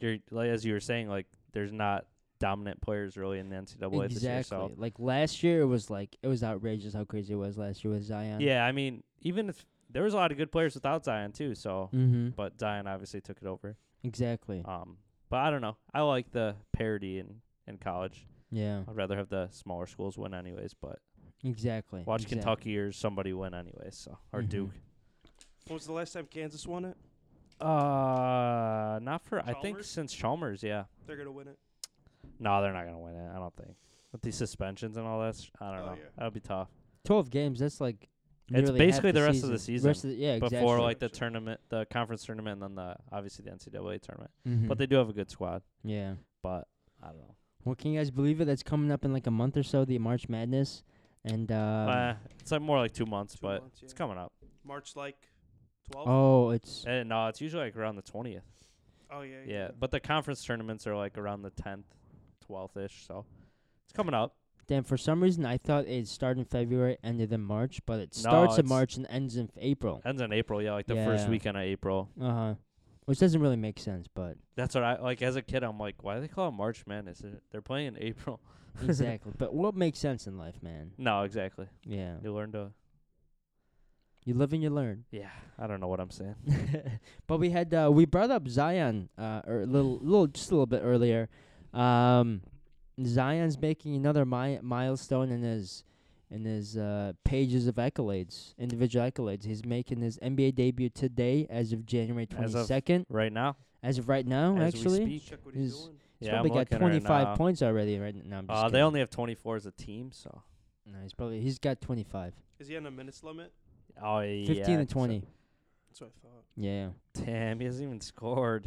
you're like as you were saying like there's not dominant players really in the NCAA this year. Exactly. So Like last year it was like it was outrageous how crazy it was last year with Zion. yeah, I mean even if there was a lot of good players without Zion too. So. Mm-hmm. But Zion obviously took it over. Exactly. Um, but I don't know. I like the parity in, in college. Yeah. I'd rather have the smaller schools win anyways, but Exactly. watch exactly. Kentucky or somebody win anyways, so or Mhm. Duke. When was the last time Kansas won it? Uh not for I think Chalmers? since Chalmers, yeah. They're gonna win it. No, they're not gonna win it, I don't think. With these suspensions and all that, sh- I don't Oh, know. yeah. That'll be tough. Twelve games. That's like It's nearly half basically the rest of the season Rest of the- yeah, exactly. Before like the Gotcha. tournament the conference tournament and then the obviously the NCAA tournament. Mhm. But they do have a good squad, yeah. but I don't know. Well, can you guys believe it? That's coming up in like a month or so. The March Madness, and um, uh, it's like more like two months, Two but months, it's yeah. coming up. March like 12. oh, it's Eh, no, it's usually like around the twentieth. Oh yeah. Yeah, but the conference tournaments are like around the 10th, 12th ish. So it's coming up. damn. For some reason, I thought it started in February, ended in March, but it No, starts in it's- March and ends in April. Ends in April. Yeah, like the first Yeah. weekend of April. Uh huh. Which doesn't really make sense, but That's what I like as a kid. I'm like, why do they call it March Madness? They're- They're playing in April. exactly. But what makes sense in life, man? No, exactly. Yeah, You learn to. you live and you learn. Yeah, I don't know what I'm saying. but we had uh, we brought up Zion uh, or a little little just a little bit earlier. Um, Zion's making another mi- milestone in his in his uh, pages of accolades, individual accolades. He's making his NBA debut today, as of January As twenty of- second. Right now, As, of right now, as actually, we speak. Check what he's He's- doing. he's Yeah, I'm probably got looking twenty five right now. points already. Right now, I'm just Uh, they kidding. only have 24 as a team, so. no, he's probably he's got twenty five. Is he on a minutes limit? Oh yeah. Fifteen so- and twenty. That's what I thought. Yeah. Damn, he hasn't even scored.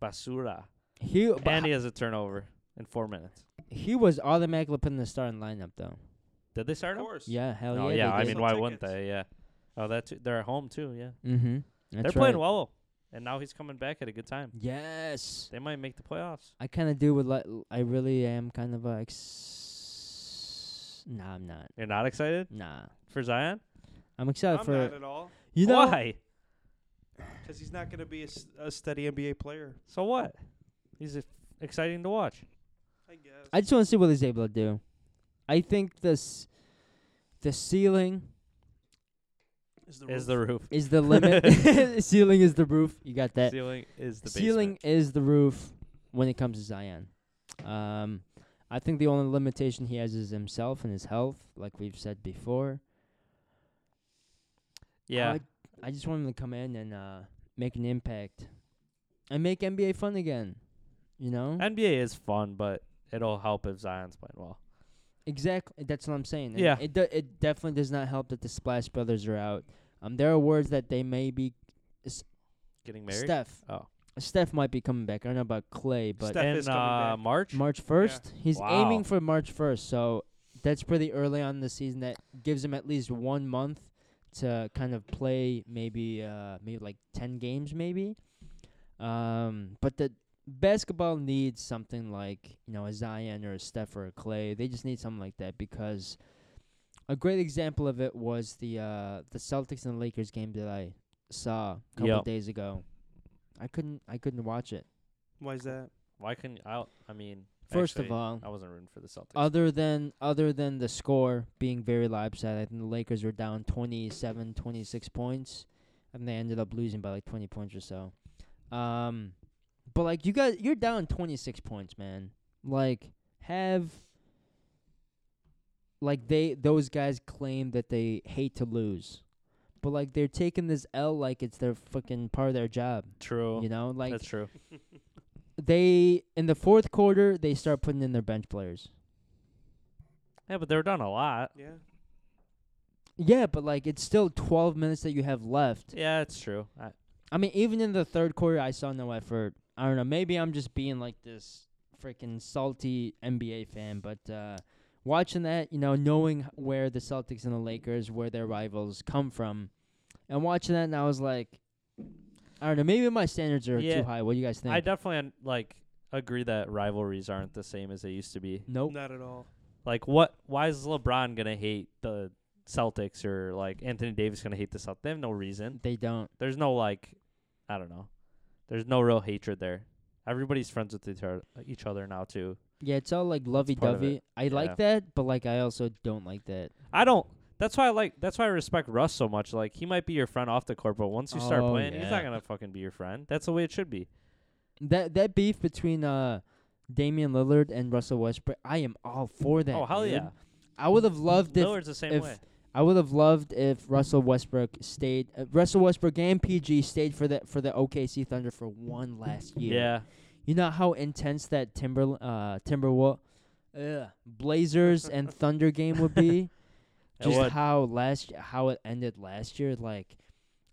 Basura. He but And he has a turnover in four minutes. he was automatically put in the starting lineup though. Did they start Of him? course. Yeah, hell oh yeah. yeah, I did. mean, why Sell wouldn't tickets. they? Yeah. Oh, that's they're at home too. Yeah, Mm-hmm. That's they're playing right. well, and now he's coming back at a good time. Yes. They might make the playoffs. I kind of do with like I really am kind of uh, ex- Nah, I'm not. You're not excited Nah, for Zion? I'm excited I'm for not at all you know. why? because he's not gonna be a, s- a steady NBA player. So what? He's a, exciting to watch. I guess. I just want to see what he's able to do. I think this the ceiling is the Is roof. the roof is the limit. ceiling is the roof. You got that. ceiling? Is the ceiling basement. is the roof when it comes to Zion. Um, I think the only limitation he has is himself and his health, like we've said before. Yeah, I, I just want him to come in and uh, make an impact and make NBA fun again. You know? NBA is fun, but it'll help if Zion's playing well. exactly. That's what I'm saying. and Yeah. It, do, it definitely does not help that the Splash Brothers are out. Um, there are words that they may be. Getting married. Steph. Oh. Steph might be coming back. I don't know about Clay, but Steph in is uh, coming back. March. March 1st? He's Wow. aiming for March 1st, so that's pretty early on in the season. That gives him at least one month to kind of play maybe uh, maybe like 10 games maybe. Um, but the basketball needs something like, you know, a Zion or a Steph or a Clay. They just need something like that because a great example of it was the uh, the Celtics and Lakers game that I saw a couple Yep. days ago. I couldn't I couldn't watch it. Why is that? Why couldn't I? I mean, First of actually, all, I wasn't rooting for the Celtics. other than other than the score being very lopsided, I think the Lakers were down 27, 26 points, and they ended up losing by like 20 points or so. Um, but like you guys, you're down 26 points, man. Like have like they those guys claim that they hate to lose, but like they're taking this L like it's their fucking part of their job. True. You know, like Oh, That's true. they in the fourth quarter they start putting in their bench players. Yeah, but they were done a lot. Yeah. Yeah, but like it's still 12 minutes that you have left. Yeah, it's true. I, I mean, even in the third quarter, I saw no effort. I don't know. Maybe I'm just being like this freaking salty NBA fan, but uh, watching that, you know, knowing h- where the Celtics and the Lakers, where their rivals come from, and watching that, and I was like, I don't know. Maybe my standards are Yeah. too high. What do you guys think? I definitely un- like agree that rivalries aren't the same as they used to be. nope. Not at all. Like, what? Why is LeBron gonna hate the Celtics or like Anthony Davis gonna hate the Celtics? They have no reason. They don't. There's no like, I don't know. There's no real hatred there. Everybody's friends with each other, each other now too. Yeah, it's all like lovey part of it. dovey. I Yeah. like that, but like I also don't like that. I don't. That's why I like. That's why I respect Russ so much. Like he might be your friend off the court, but once you start Oh, playing, he's yeah. not gonna fucking be your friend. That's the way it should be. That that beef between uh Damian Lillard and Russell Westbrook, I am all for that. oh hell dude. yeah! I would have loved if Lillard's the same if- way. I would have loved if Russell Westbrook stayed. Uh, Russell Westbrook and PG stayed for the for the OKC Thunder for one last year. Yeah, You know how intense that Timber uh Timberwolves, ugh, Blazers and Thunder game would be. It Just would. how last how it ended last year, like.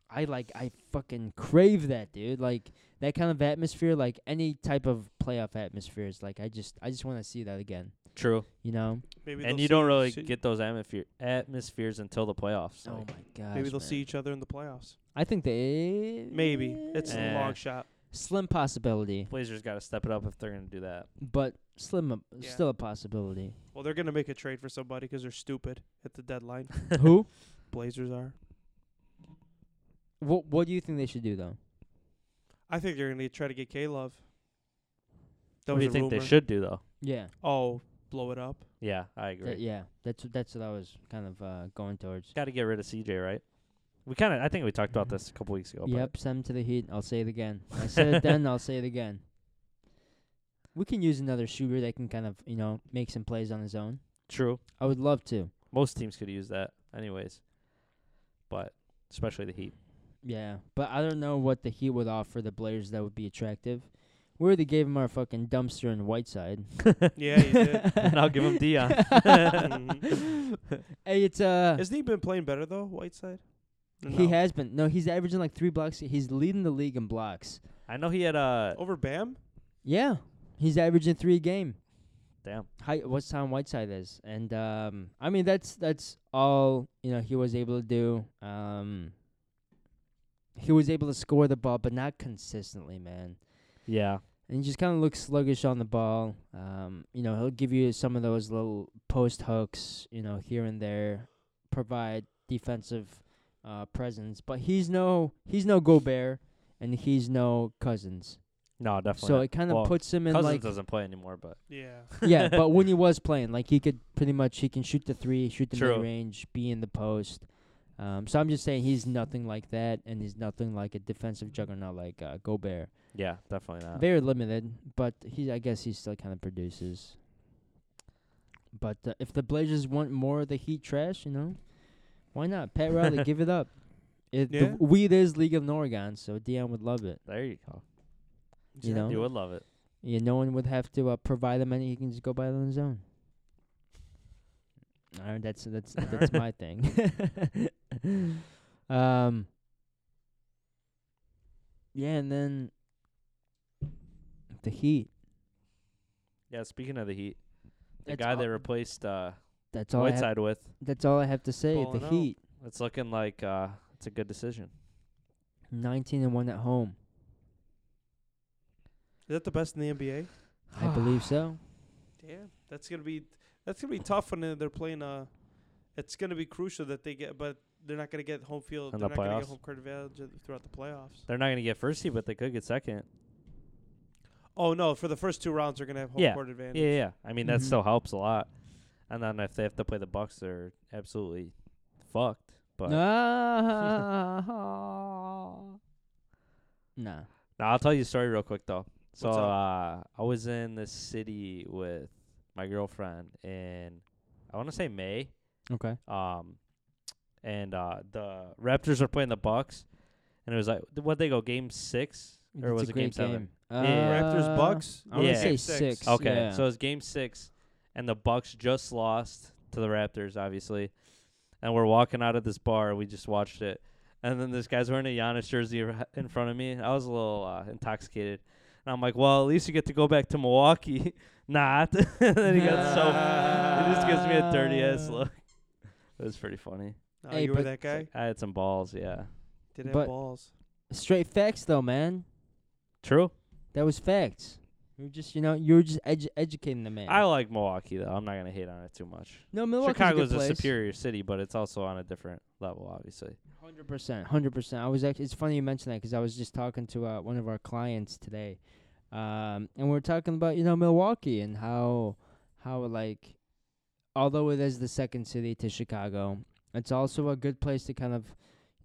I like I fucking crave that dude. Like that kind of atmosphere, like any type of playoff atmosphere is like I just I just want to see that again. true. You know? Maybe And they'll you don't see- really see- get those atmosphere atmospheres until the playoffs. Oh like. my god. Maybe they'll see each other in the playoffs. I think they Maybe it's Eh. a long shot. slim possibility, Blazers got to step it up if they're gonna do that. but slim a, Yeah. still a possibility. Well, they're gonna make a trade for somebody 'cause they're stupid at the deadline. Who? Blazers are. What What do you think they should do though? I think they're gonna try to get K Love. That what do was you a think rumor. they should do though? Yeah, Oh, blow it up. Yeah, I agree. that- yeah. That's what- that's what I was kind of uh, going towards. Got to get rid of CJ, right? We kind of. I think we talked about this a couple weeks ago. but- Yep, send 'em to the Heat. I'll say it again. I said it then. I'll say it again. We can use another shooter that can kind of you know make some plays on his own. True. I would love to. Most teams could use that, anyways. But especially the Heat. Yeah, but I don't know what the Heat would offer the Blazers that would be attractive. We already gave him our fucking dumpster in Whiteside. Yeah, you did. and I'll give him Dion. Hey, it's uh, Hasn't he been playing better though, Whiteside? Or he no? has been. No, he's averaging like three blocks. He's leading the league in blocks. I know he had uh, a over Bam. Yeah, he's averaging three a game. damn. Hi, what's Tom Whiteside is, and um, I mean that's that's all you know he was able to do. Um, he was able to score the ball, but not consistently, man. Yeah. And he just kind of looks sluggish on the ball. Um, you know, he'll give you some of those little post hooks, you know, here and there, provide defensive uh, presence. But he's no he's no Gobert, and he's no Cousins. No, definitely. So not. it kind of Well, puts him in Cousins like doesn't play anymore, but Yeah. yeah. But when he was playing, like he could pretty much he can shoot the three, shoot the True. mid range, be in the post. Um, so I'm just saying he's nothing like that, and he's nothing like a defensive juggernaut like uh, Gobert. yeah, definitely not. Very limited, but he I guess he still kind of produces. But uh, if the Blazers want more of the Heat trash, you know, why not? Pat Riley, give it up. It, Yeah. the weed is legal in Oregon, so Dion would love it. there you go. You know? You would love it. Yeah, no one would have to uh, provide him any. He can just go buy it on his own. All right, that's that's that's my thing. um. Yeah, and then the Heat. Yeah. Speaking of the Heat, the That's guy all- they replaced uh, That's all. I have, Whiteside with, that's all I have to say. Balling the out. Heat, it's looking like uh, it's a good decision. nineteen and one at home. Is that the best in the NBA? I believe so. Damn, that's gonna be that's gonna be tough when they're- they're playing. Uh, it's gonna be crucial that they get, but they're not gonna get home field. In they're the not gonna playoffs? get home court advantage throughout the playoffs. They're not going to get first seed, but they could get second. Oh no, for the first two rounds they're gonna have home Yeah. court Yeah, advantage. yeah. yeah. I mean, that Mhm. still helps a lot. And then if they have to play the Bucks, they're absolutely fucked. But nah. Now I'll tell you a story real quick though. So up? uh, I was in the city with my girlfriend in I want to say May. Okay. Um, and uh, the Raptors were playing the Bucks, and it was like what they go game six or was a it game great seven? game. Yeah. Raptors Uh, Bucks. I wanna yeah. Say six. Okay, Yeah. so it's game six, and the Bucks just lost to the Raptors, obviously. And we're walking out of this bar. We just watched it, and then this guy's wearing a Giannis jersey ar- in front of me. I was a little uh, intoxicated, and I'm like, "Well, at least you get to go back to Milwaukee." Not. and then he got so. He just gives me a dirty ass Ah. look. It was pretty funny. Oh, Hey, you were but- that It's guy. like, I had some balls. Yeah. Did have but- balls. Straight facts, though, man. True. That was facts. You were just, you know, you were just edu- educating the man. I like Milwaukee though. I'm not gonna hate on it too much. no, Milwaukee's Chicago's a, good place. superior city, but it's also on a different level, obviously. Hundred percent, hundred percent. I was actually. It's funny you mention that because I was just talking to uh, one of our clients today, um, and we are talking about you know Milwaukee and how how like, although it is the second city to Chicago, it's also a good place to kind of,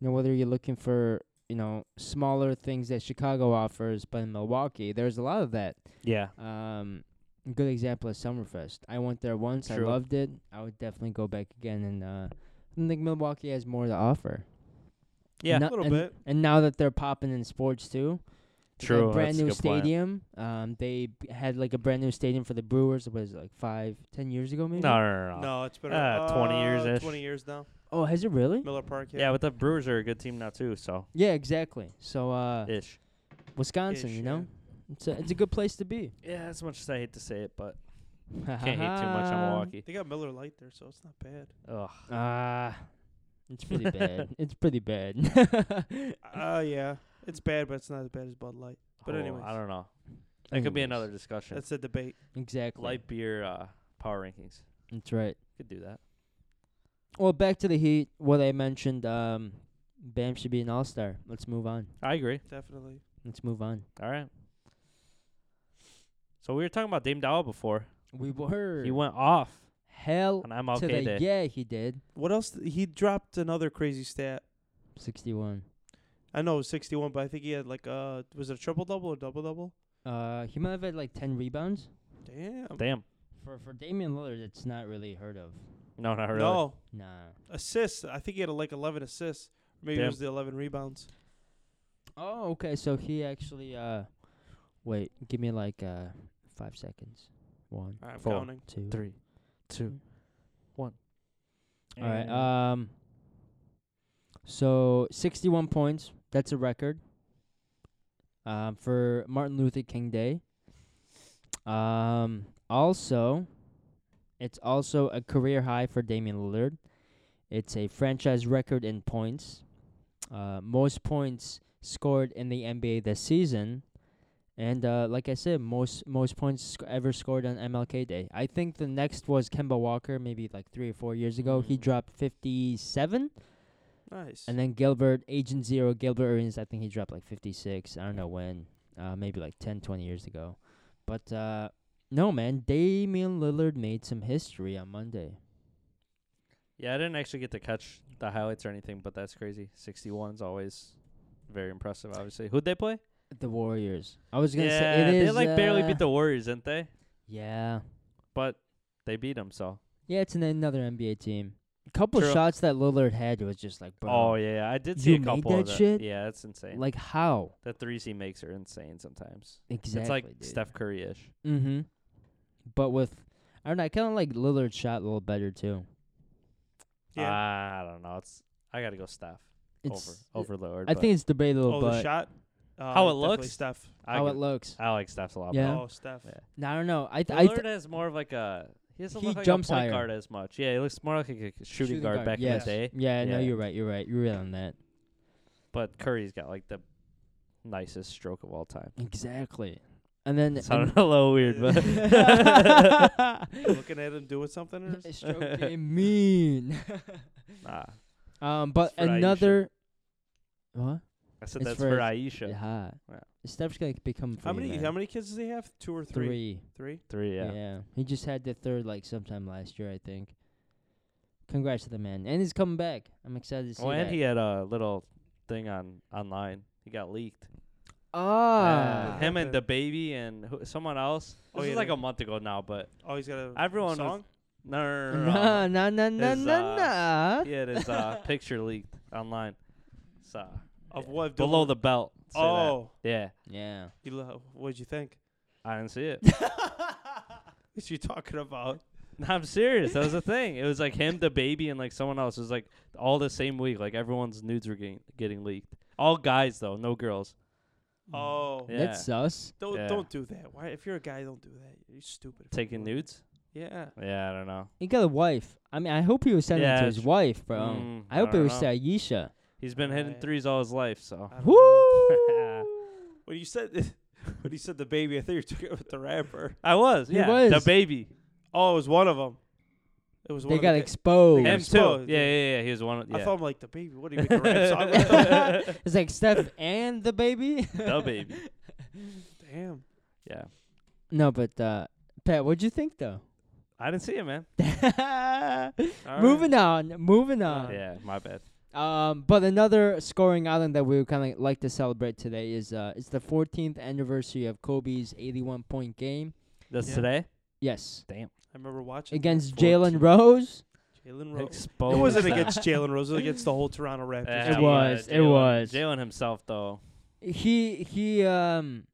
you know, whether you're looking for you know smaller things that Chicago offers, but in Milwaukee there's a lot of that. Yeah. Um, a good example is Summerfest. I went there once. True. I loved it. I would definitely go back again, and uh, I think Milwaukee has more to offer. Yeah. No- A little and, bit. And now that they're popping in sports too, with their True, brand that's a new good point. stadium. Um, they b- had like a brand new stadium for the Brewers. It was like five, ten years ago, maybe. No, no, no, no. No, it's been Ah, 20 years uh, ish. 20 years now. Oh, has it really? Miller Park. Yeah. but the Brewers are a good team now too. So Yeah, exactly. So, uh, ish. Wisconsin, ish, you yeah. know, it's a it's a good place to be. Yeah. As much as I hate to say it, but can't hate too much on Milwaukee. They got Miller Light there, so it's not bad. Ugh. Ah, it's pretty bad. It's pretty bad. Oh yeah, it's bad, but it's not as bad as Bud Light. But Oh, anyways. I don't know. That could be Anyways, another discussion. That's a debate. Exactly. Light beer uh, power rankings. That's right. Could do that. Well, back to the Heat. What I mentioned, um, Bam should be an All Star. Let's move on. I agree. Definitely. Let's move on. All right. So we were talking about Dame Dowell before. We were He went off hell on to MLK the Day. yeah. He did What else? th- He dropped another crazy stat. sixty one. I know it was 61, but I think he had like uh was it a triple double or double double? Uh, he might have had like ten rebounds. Damn. Damn. For for Damian Lillard, it's not really heard of. No, not really. No Nah. assists. I think he had like 11 assists. Maybe Damn. it was the 11 rebounds. Oh, okay. So he actually uh, wait, give me like uh five seconds. One, All right, I'm Four. counting. two, Three, two, one. All right. Um. So sixty-one points. That's a record. Um, for Martin Luther King Day. Um. Also, it's also a career high for Damian Lillard. It's a franchise record in points. Uh, most points scored in the NBA this season. And uh, like I said, most most points sc- ever scored on MLK Day. I think the next was Kemba Walker, maybe like three or four years ago. He Mm. dropped fifty seven, Nice. and then Gilbert, Agent Zero, Gilbert Arenas. I think he dropped like fifty six. I don't know when, uh, maybe like ten, twenty years ago. But uh, no, man, Damian Lillard made some history on Monday. yeah, I didn't actually get to catch the highlights or anything, but that's crazy. 61 is always very impressive, obviously. Who'd they play? The Warriors. I was gonna yeah, say it is. they like barely uh, beat the Warriors, didn't they? Yeah, But they beat them, so. yeah, it's an, another NBA team. A couple True. shots that Lillard had was just like, bro, Oh yeah, I did see You a made couple of that the- shit? Yeah, that's insane. like how the threes he makes are insane sometimes. exactly? it's like dude. Steph Curry ish. Mm-hmm. But with I don't know, I kinda like Lillard's shot a little better too. yeah. I don't know. It's I gotta go Steph over It's over Lillard. I but think it's debatable oh, the but shot. Uh, How it definitely looks? Steph. I, how could- it looks. I like Steph's a lot. Yeah. Oh, Steph. Yeah. No, I don't know. I but th- I Lillard th- has more of like a he doesn't He look like jumps a point higher. guard as much. Yeah, he looks more like a shooting, shooting guard, back yes. in the day. Yeah, no, Yeah. you're right, you're right. You're right on that. But Curry's got like the nicest stroke of all time. Exactly. And then Sounded a little weird, but and Looking at him doing something. Or stroke game mean. nah. um but for Aisha. another what? I said It's that's for for his- Aisha. Yeah. Yeah. Steph's gonna become how free, many? man. How many kids does he have? Two or three? Three. Three? Three, yeah. Yeah. He just had the third like sometime last year, I think. Congrats to the man. And he's coming back. I'm excited to see Oh, and that. he had a little thing on online. He got leaked. Ah. Yeah, him and the baby and who, someone else. Oh, This is yeah, like the- a month ago now, but Oh, he's got a everyone was- song. no, no, no, no, no, Nah, nah, nah, nah, Is, nah, nah. no. yeah, it is um, uh, picture leaked online. So of what? below the belt. say that. Oh, yeah, Yeah. you lo- what'd you think? I didn't see it. What's you talking about? No, I'm serious. That was the thing. It was like him, the baby, and like someone else. It was like all the same week. Like everyone's nudes were getting getting leaked. All guys though, no girls. Oh, Mm. Yeah. That's sus. don't Yeah. don't do that. Why? If you're a guy, don't do that. You're stupid. if you Taking do it. nudes? Yeah. Yeah, I don't know. He got a wife. I mean, I hope he was sending it Yeah, to his it's- wife, bro. Mm, I hope I it don't was know. to Aisha. He's been hitting Right. threes all his life, so I don't know. Woo! When you said when you said the baby, I thought you were talking about the rapper. I was. He Yeah, the was. baby. Oh, it was one of them. It was one. they of got the, exposed. They Him got exposed, too. Yeah, yeah, yeah. He was one. Of, yeah. I thought I'm like the baby. What do you make a rap song? about? it's like Steph and the baby. the baby. Damn. Yeah, no, but uh, Pat, what'd you think though? I didn't see it, man. All moving on, moving on. right. Yeah, my bad. Um, but another scoring island that we would kind of like to celebrate today is uh, it's the 14th anniversary of Kobe's 81 point game. That's Yeah. today. Yes, I remember watching against that. 14. Jalen Rose. Jalen Rose. Exposed. It wasn't against Jalen Rose. It was against the whole Toronto Raptors. Yeah, It team. was, yeah, it Jalen- was. Jalen himself, though. He he um.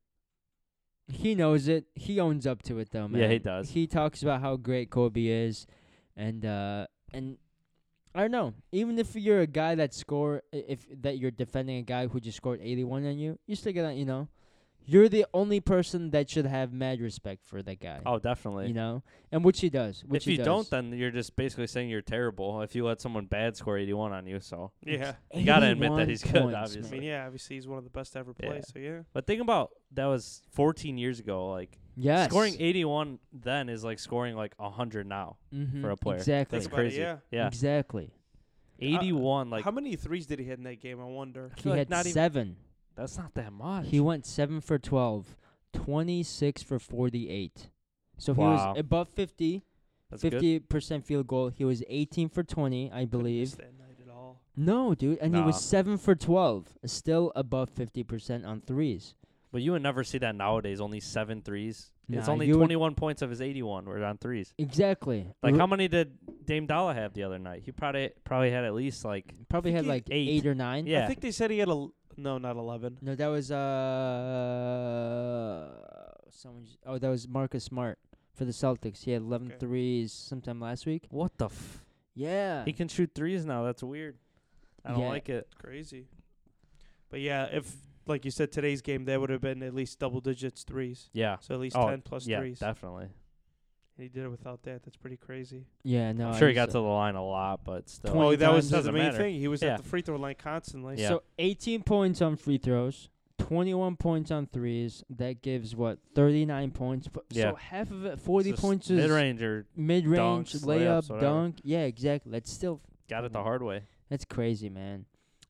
He knows it. He owns up to it, though, man. Yeah, he does. He talks about how great Kobe is, and uh, and I don't know. Even if you're a guy that score, i- if that you're defending a guy who just scored 81 on you, you still gotta, you know, you're the only person that should have mad respect for that guy. Oh, definitely. you know, and which he does. Which if he you does. don't, then you're just basically saying you're terrible. If you let someone bad score 81 on you, so Yeah. you gotta admit that he's good, I obviously. mean, yeah. Obviously, he's one of the best to ever play. Yeah. So yeah. But think about that was 14 years ago. Like Yes. scoring 81 then is like scoring like 100 now. Mhm, for a player. Exactly. Think That's about it, crazy. yeah. Yeah, Exactly. uh, 81. Like How many threes did he hit in that game? I wonder. He feel like had not even- seven. that's not that much. He went 7 for 12, 26 for 48. So Wow. he was above 50, that's good. 50% field goal. He was 18 for 20, I Couldn't miss believe. that night at all. No, dude. And he Nah. was 7 for 12, still above 50% on threes. But you would never see that nowadays. Only seven threes. it's Nah, only you would- 21 points of his 81 were on threes. Exactly. Like Ru- how many did Dame Dollar have the other night? He probably probably had at least like Probably think had he- like eight. or nine. yeah. I think they said he had a l- no, not eleven. No, that was uh someone. j- Oh, that was Marcus Smart for the Celtics. He had 11 Okay. threes sometime last week. what the f? Yeah. He can shoot threes now. That's weird. I don't Yeah. like it. It's crazy. But yeah, if like you said, today's game there would have been at least double digits threes. Yeah. So at least Oh, ten plus yeah, threes. definitely. and he did it without that. That's pretty crazy. yeah. No. I'm sure he he's- got to the line a lot, but still. 20 Oh, that was times the doesn't main matter. thing. He was Yeah. at the free throw line constantly. Yeah. So 18 points on free throws, 21 points on threes. That gives what 39 points. But Yeah. So half of it, 40 Just points is mid-range or mid-range dunks, layup, layups, whatever. dunk. Yeah, exactly. That's still got it the Mhm. hard way. That's crazy, man.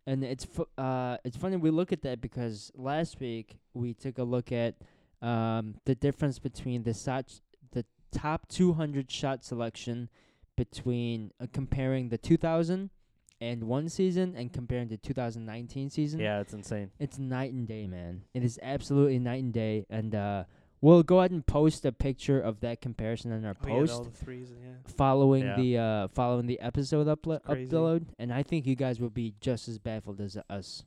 And it's fu- uh it's funny we look at that because last week we took a look at um the difference between the shot the top 200 shot selection between uh, comparing the 2000 and one season and comparing the 2019 season. Yeah, it's insane. It's night and day, man. It is absolutely night and day and uh we'll go ahead and post a picture of that comparison in our Oh, he had post all the threes. and Yeah. following Yeah. the uh following the episode uplo- crazy. upload and I think you guys will be just as baffled as us.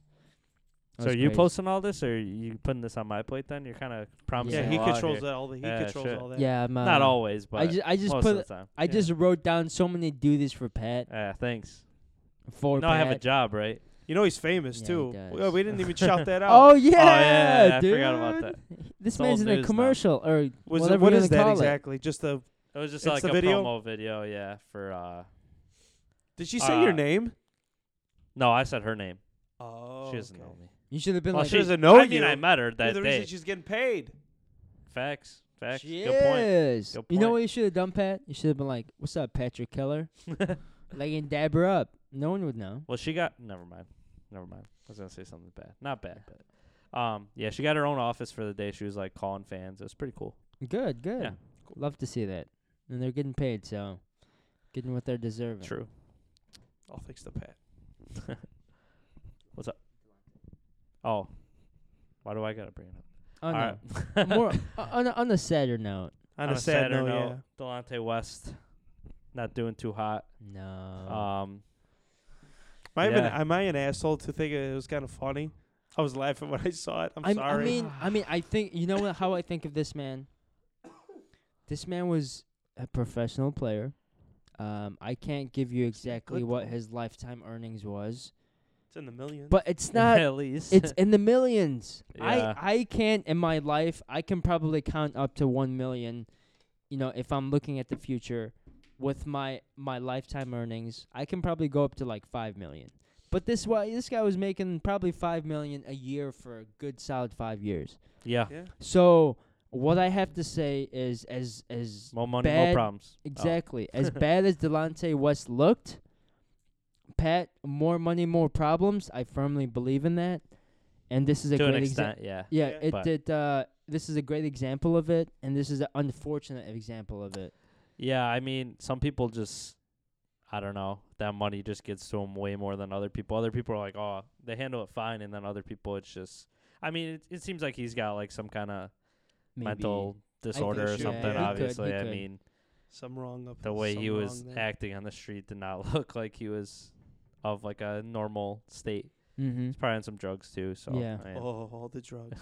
So That's are you crazy. posting all this, or you putting this on my plate? Then you're kind of promising. Yeah, Yeah. he a lot controls here. that all the he Yeah, controls sure. all that. Yeah, I'm, uh, Not always, but I just I just most put of the time. I yeah. just wrote down so many do this for Pat Uh, thanks. for No, Pat. I have a job, right? You know he's famous Yeah, he too. does. Well, we didn't even shout that out. Oh yeah, yeah, yeah, I dude. forgot about that. This It's man's old in a news now. commercial or was it, whatever what you is wanna that call it. exactly? Just the. It was just It's like the a video? promo video, yeah. For uh, Did she say your Uh, name? no, I said her name. Oh, she doesn't okay. know me. You should have been Well, like Oh, she doesn't know I mean, you. I met her that You're the day. reason she's getting paid. Facts, facts. she Good point. is. Good You know point. what you should have done, Pat? You should have been like, "What's up, Patrick Keller?" like and dab her up. No one would know. Well, she got. Never mind. Never mind. I was gonna say something bad. Not bad, but um, yeah, she got her own office for the day. She was like calling fans. It was pretty cool. Good, good. Yeah. Love to see that. And they're getting paid, so getting what they're deserving. True. I'll fix the pat. Oh, Why do I gotta bring it up? Oh, no. All right. More o- on a, on a sadder note. On, a, sad note, yeah. Delonte West not doing too hot. No. Oh. Um, Am I, even, Yeah. am I an asshole to think it was kind of funny? I was laughing when I saw it. I'm I m- sorry. I mean, I mean, I think you know what, how I think of this man. This man was a professional player. Um, I can't give you exactly good, what though. his lifetime earnings was, it's in the millions. but it's not. at least It's in the millions. Yeah. I I can't in my life. I can probably count up to one million. You know, if I'm looking at the future, with my my lifetime earnings, I can probably go up to like five million. But this why this guy was making probably five million a year for a good solid five years. yeah, yeah. So what I have to say is, as as more money, Bad- more problems. Oh, exactly as bad as Delonte West looked, Pat, more money, more problems. I firmly believe in that, and this is a to great an example. extent, yeah. Yeah, Yeah. it But- did. Uh, this is a great example of it, and this is an unfortunate example of it. Yeah, I mean, some people just, I don't know, that money just gets to them way more than other people. Other people are like, oh, they handle it fine, and then other people, it's just, I mean, it, it seems like he's got like some kind of Maybe. mental disorder or sure. something. Yeah, he could, obviously, he I could. mean, Some wrong up. the way some he was wrong there. acting on the street did not look like he was of like a normal state. Mm-hmm. He's probably on some drugs too. So Yeah. I mean- Oh, all the drugs.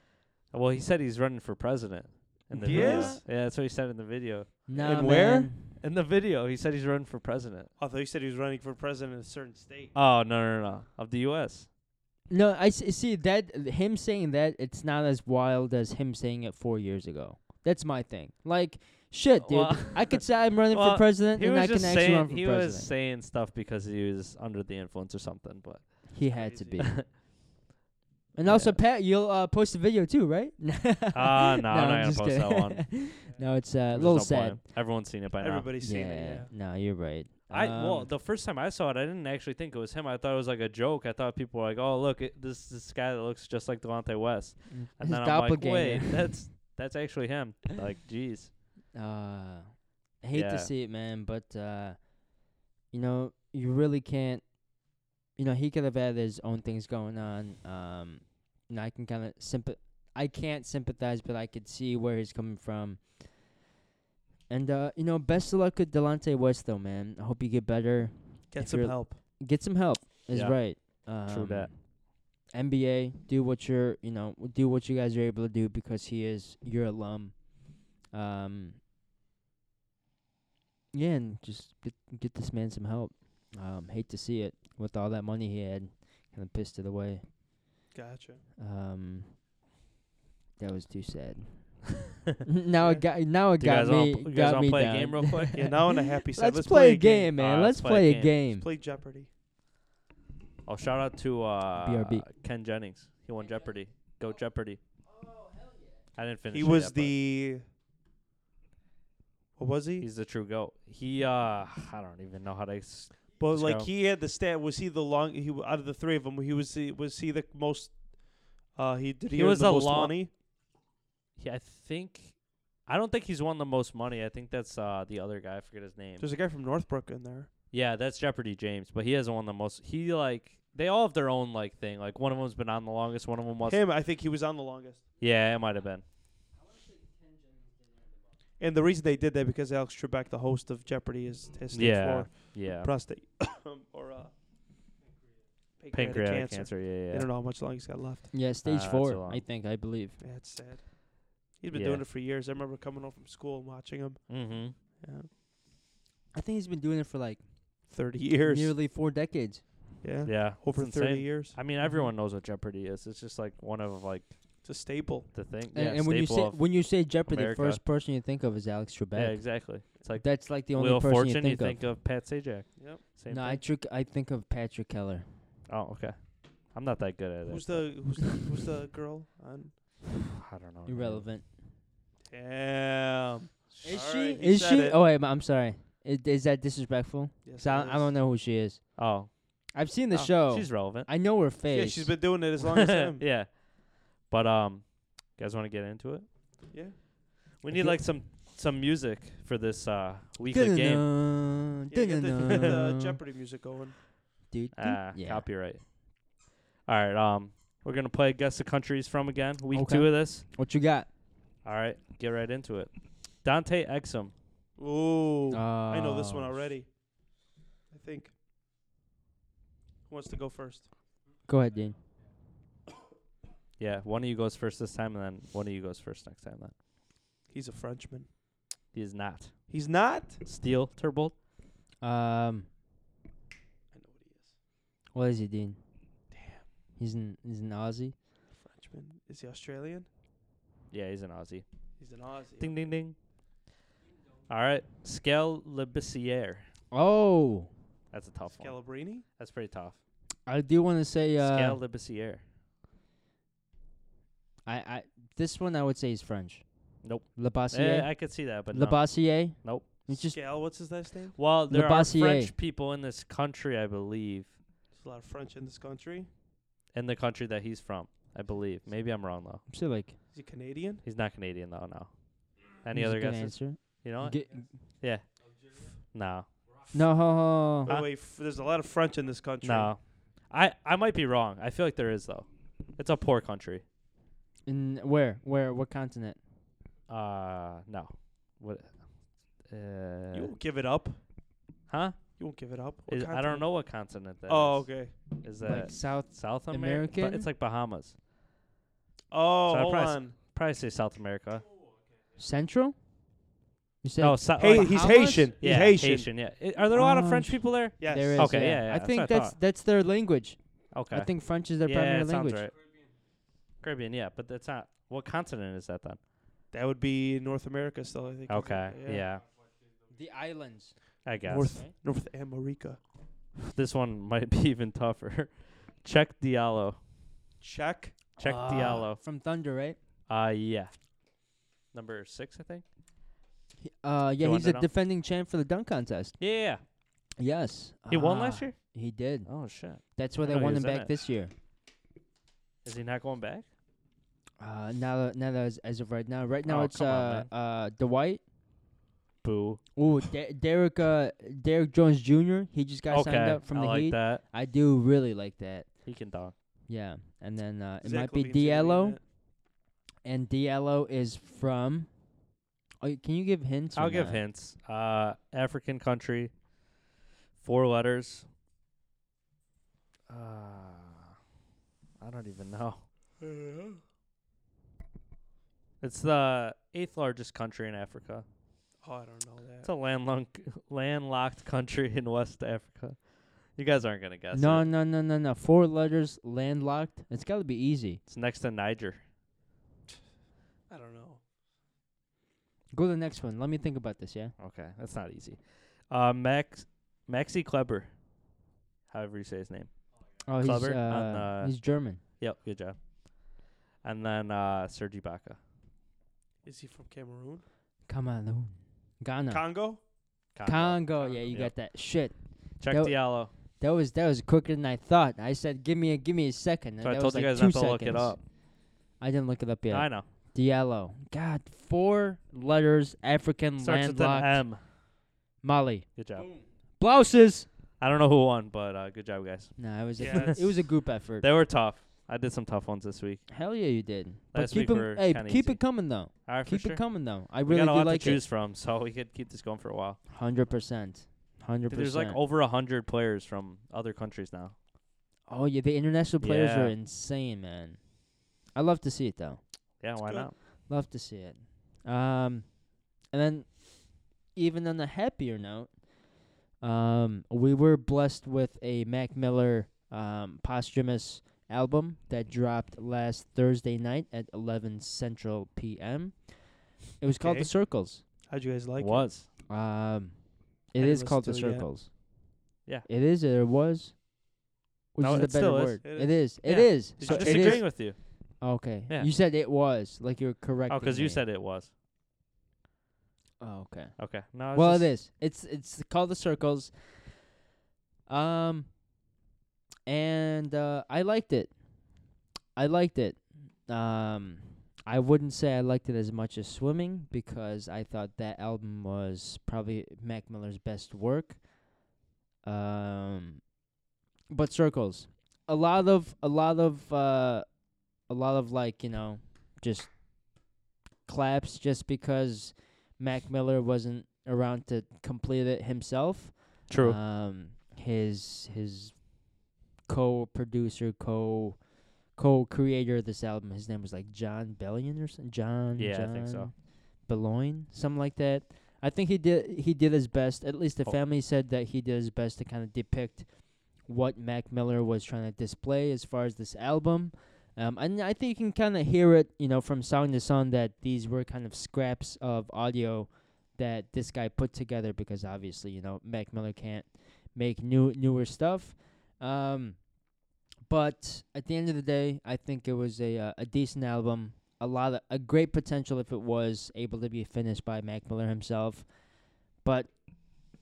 well, he said he's running for president. In the He video. is? yeah, that's what he said in the video. Nah, And where? man. In the video, he said he's running for president. I thought you said he was running for president in a certain state. Oh no no no of the U.S. No, I s- see that him saying that it's not as wild as him saying it four years ago. That's my thing. Like shit, dude. Well- I could say I'm running well, for president, He and was I can just actually saying run for he president. was saying stuff because he was under the influence or something. But he had to Crazy. be. And also, Yeah. Pat, you'll uh, post a video too, right? ah no, I'm not gonna just post that kidding. one. no, it's uh, a There's little no sad. point. Everyone's seen it by now. Everybody's seen it. Yeah. No, you're right. I well, Um, the first time I saw it, I didn't actually think it was him. I thought it was like a joke. I thought people were like, "Oh, look, it, this this guy that looks just like Delonte West," Mm. and His then I'm like, "Wait, doppelganger. that's that's actually him." Like, jeez. Uh, I hate Yeah. to see it, man, but uh, you know, you really can't. You know, he could have had his own things going on. Um, and I can kind of sympath. I can't sympathize, but I could see where he's coming from. And uh, you know, best of luck with Delonte West, though, man. I hope you get better. Get If some you're- help. Get some help. Is Yeah. right. Um, True that. NBA, do what you're, you know, do what you guys are able to do because he is your alum. Um, yeah, and just get get this man some help. Um, hate to see it with all that money he had, kind of pissed it away. Gotcha. Um, that was too sad. now it got now it Do you guys got wanna me pl- you guys got wanna me play down. a game real quick? Yeah, now on a happy side. let's, play a game, All man. right, let's play a game. Let's play Jeopardy. Oh, shout out to uh, BRB. Ken Jennings. He won Jeopardy. Go Jeopardy. Oh, I didn't finish. He it was yet, but the. What was he? He's the true goat. He uh, I don't even know how to. Ex- But Let's like go. he had the stat. Was he the long? He out of the three of them, he was the, was he the most? Uh, he did he, He earn was the the most long- money? yeah, I think. I don't think he's won the most money. I think that's uh the other guy. I forget his name. There's a guy from Northbrook in there. Yeah, that's Jeopardy James, but he hasn't won the most. He like they all have their own like thing. Like one of them's been on the longest. One of them was. Him, I think he was on the longest. Yeah, it might have been. And the reason they did that because Alex Trebek, the host of Jeopardy, is has stage Yeah, four Yeah, prostate or uh, pancreatic, pancreatic cancer. cancer. Yeah, I yeah. don't know how much long he's got left. Yeah, stage Uh, that's a four, long- I think, I believe. Yeah, it's sad. He's been Yeah. doing it for years. I remember coming home from school and watching him. Mm-hmm. Yeah, I think he's been doing it for like thirty years. nearly four decades. yeah. Yeah, over it's thirty insane. years. Mm-hmm. I mean, everyone knows what Jeopardy is. It's just like one of like It's a staple. the thing. And, yeah, and when you say staple of- when you say Jeopardy, the America. first person you think of is Alex Trebek. yeah, exactly. It's like That's like the only Wheel of person Fortune. you think of. Pat Sajak. Yep. Same no, I, thing. trick, I think of Patrick Keller. oh, okay. I'm not that good at it. Who's the who's the, who's the girl on? I don't know. her name. Irrelevant. Damn. Is All she? right, he is said she? it. Oh wait, I'm sorry. Is, is that disrespectful? Yes, 'Cause I, it I don't is. know who she is. Oh, I've seen the oh, show. She's relevant. I know her face. Yeah, she's been doing it as long as him. yeah. yeah. But um, you guys want to get into it? We I need feel- like some some music for this uh weekly game. Yeah, get the, get the Dun-dun-dun. Jeopardy music going. Dude, dude, Ah, yeah. copyright. All right. Um, We're gonna play guess the country he's from again. Week Okay. two of this. What you got? All right, get right into it. Dante Exum. Ooh, I know this Oh, one sh- already. I think. Who wants to go first? Go ahead, Dean. Yeah, one of you goes first this time, and then one of you goes first next time. Then He's a Frenchman. he is not He's not. Steele Turbold. Um, I know what he is. what is he, Dean? Damn. He's an he's an Aussie. Frenchman. Is he Australian? Yeah, he's an Aussie. He's an Aussie. Ding ding ding. All right, Scale Labissiere. Oh, That's a tough one. Scalabrini. That's pretty tough. I do want to say uh, Scale Labissiere. I I this one I would say is French. Nope. Eh, Labassier. I could see that, but no. Labassier. Nope. It's just Scale. What's his last name? Well, there are Labassiere. French people in this country, I believe, There's a lot of French in this country. in the country that he's from. I believe. Maybe I'm wrong though. I'm still like Is he Canadian? He's not Canadian though. No. Any he's a other good guesses? Answer. You know what? Ge- yeah. No. no. ho- ho- By ho. the way, f- there's a lot of French in this country. No. I I might be wrong. I feel like there is though. It's a poor country. In where? Where? What continent? Uh no. What? Uh, You won't give it up. huh? You won't give it up. What Is, I don't continent? know what continent that is. Oh, okay. Is that Like South. South America? American? It's like Bahamas. Oh, So I hold pressed- on. Probably say South America. Central? You said No, so, Hey, like, he's Bahamas? Haitian. yeah, he's Haitian. Yeah. I- Are there a lot of Oh, French sh- people there? Yes. there is. Okay, yeah. yeah, yeah, I that's what think I that's thought. that's their language. Okay. I think French is their yeah, primary it sounds language. right. Caribbean, yeah, but that's not. What continent is that then? That would be North America still, I think. is it? Okay. Yeah. The islands. I guess. North Right? North America. This one might be even tougher. Check Diallo. Czech. Check Ah. Diallo. From Thunder, right? Uh, yeah. Number six, I think. He- Uh, yeah, You he's wanna a know? defending champ for the dunk contest. Yeah. yeah, yeah. Yes. He won Ah, last year. He did. Oh shit. That's where I they know he won him was in back it. this year. Is he not going back? Uh, now, that- now that as, as of right now, right now Oh, it's come uh, on, uh, Dwight. Boo. Ooh, De- Derek, uh, Derek Jones Jr. He just got okay. signed up from I the like Heat. that. I do really like that. He can dunk. Yeah, and then uh, it Zach might be Levine's gonna in Diallo, that. and Diallo is from. Oh, y- can you give hints? or I'll give not? hints. Uh, African country. Four letters. Uh, I don't even know. Uh-huh. It's the eighth largest country in Africa. Oh, I don't know It's that. a landlocked landlocked country in West Africa. You guys aren't gonna guess. No, it. no, no, no, no. Four letters, landlocked. It's got to be easy. it's next to Niger. I don't know. Go to the next one. Let me think about this. Yeah. Okay, that's not easy. Uh, Max Maxi Kleber, however you say his name. Oh, he's Clubber uh, on, uh, he's German. Yep, good job. And then uh, Serge Ibaka, Is he from Cameroon? Come on, Cameroon, Ghana, Congo. Congo? Yeah, you Yep. got that. Shit, Check That- Diallo. that was that was quicker than I thought. I said, give me a give me a second. and So I that told was you like guys two not to look it seconds. up. I didn't look it up yet. I know. Diallo. God, four letters, African Starts with an Mm, landlocked. M. Mali. Good job. Blouses. I don't know who won, but uh, good job, guys. No, it was Yeah, a, it was a group effort. They were tough. I did some tough ones this week. Hell yeah, you did. But Last keep week 'em- were hey, kinda keep easy. it coming though. All right, keep for sure. it coming though. I we really got a do lot like to choose it. from, so we could keep this going for a while. Hundred percent. Hundred Dude, There's like percent. over a hundred players from other countries now. Oh yeah, the international players Yeah. are insane, man. I love to see it though. Yeah, why good. not? Love to see it. Um, and then, even on a happier note, um, we were blessed with a Mac Miller um, posthumous album that dropped last Thursday night at 11 Central p.m. It was called Okay. The Circles. How'd you guys like it? was Um, it didn't is called The listen to it yet. Circles. Yeah. It is. It was. Which No, is the it still better is. word? It It is. Yeah. It is. Did So I'm it just is. agree disagreeing with you. Okay. Yeah. You said it was. Like you're correct. Oh, because you said it was. Oh, okay. Okay. No. I was Well, just- it is. It's it's called the circles. Um, and uh, I liked it. I liked it. Um, I wouldn't say I liked it as much as swimming because I thought that album was probably Mac Miller's best work. Um, but circles, a lot of a lot of uh a lot of like you know just claps just because Mac Miller wasn't around to complete it himself. True. Um, his his co-producer, co co-creator of this album. His name was like John Bellion or something. John. Yeah, I think so. John Belloin, something like that. I think he did he did his best. At least the Oh. family said that he did his best to kind of depict what Mac Miller was trying to display as far as this album. Um, and I think you can kind of hear it, you know, from song to song that these were kind of scraps of audio that this guy put together because obviously, you know, Mac Miller can't make new newer stuff. Um, but at the end of the day, I think it was a uh, a decent album. A lot of a great potential if it was able to be finished by Mac Miller himself. But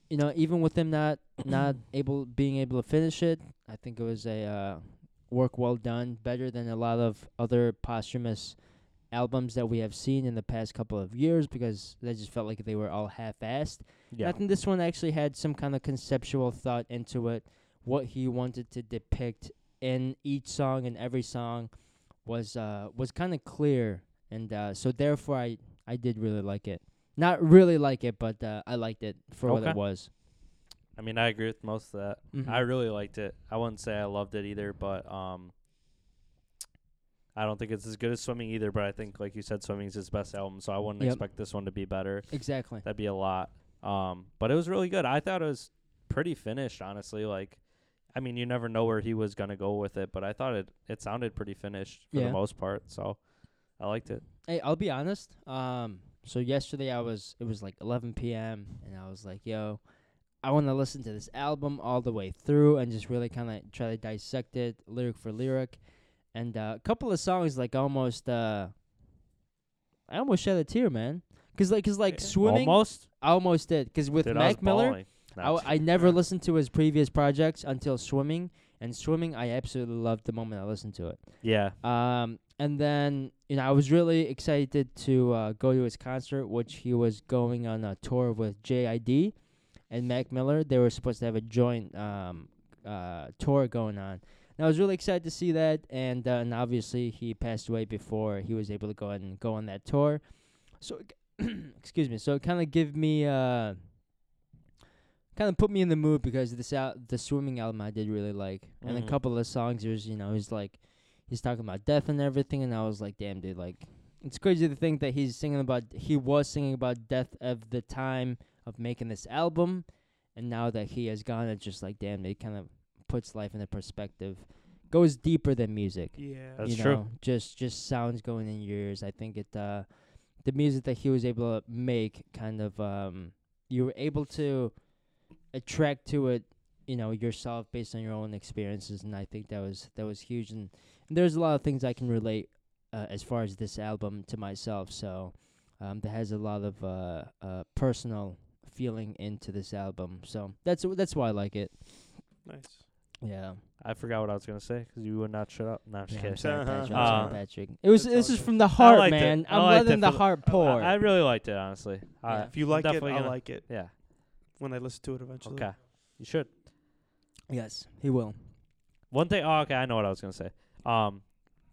you know, even with him not not able being able to finish it, I think it was a uh, work well done, better than a lot of other posthumous albums that we have seen in the past couple of years because they just felt like they were all half-assed. yeah. I think this one actually had some kind of conceptual thought into it. What he wanted to depict in each song and every song was uh, was kind of clear, and uh, so therefore I I did really like it. Not really like it, but uh, I liked it for what Okay. it was. I mean, I agree with most of that. Mhm. I really liked it. I wouldn't say I loved it either, but um, I don't think it's as good as swimming either. But I think, like you said, swimming's his best album, so I wouldn't Yep. expect this one to be better. exactly. That'd be a lot. Um, but it was really good. I thought it was pretty finished, honestly. Like, I mean, you never know where he was gonna go with it, but I thought it it sounded pretty finished for Yeah. the most part. So I liked it. Hey, I'll be honest. Um, so yesterday I was it was like 11 p.m. and I was like, yo, I want to listen to this album all the way through and just really kind of try to dissect it lyric for lyric, and uh, a couple of songs like almost uh, I almost shed a tear, man. Cause like, cause like swimming, almost. I almost did. Cause with Dude, I was Mac Miller, bawling. No, I, w- I never listened to his previous projects until Swimming, and Swimming I absolutely loved the moment I listened to it. yeah. Um, and then you know I was really excited to uh, go to his concert, which he was going on a tour with JID and Mac Miller. They were supposed to have a joint um, uh, tour going on. And I was really excited to see that, and uh, and obviously he passed away before he was able to go and go on that tour. So it k- excuse me. So it kind of give me uh, kind of put me in the mood because this out the swimming album I did really like, and Mhm. a couple of songs there's you know he's like he's talking about death and everything, and I was like, damn, dude, like it's crazy to think that he's singing about he was singing about death of the time of making this album, and now that he has gone, it's just like, damn, it kind of puts life into perspective, goes deeper than music. Yeah. That's you true. know, just just sounds going in your ears. I think it uh the music that he was able to make kind of um you were able to attract to it, you know, yourself based on your own experiences and I think that was that was huge and, and there's a lot of things I can relate uh, as far as this album to myself. So um that has a lot of uh uh personal feeling into this album. So that's that's why I like it. nice. Yeah. I forgot what I was gonna say because you would not shut up. No, I'm just Yeah, kidding. I'm sorry, Patrick. I'm Uh-huh. sorry, Patrick. It was That's this all is good. from the heart, liked it. man. I I'm liked letting it the for the- heart pour. I, I really liked it, honestly. I- Yeah. If you like it, definitely I gonna- like it. yeah. When I listen to it eventually. Okay. You should. yes, he will. One thing. Oh, okay. I know what I was gonna say. Um,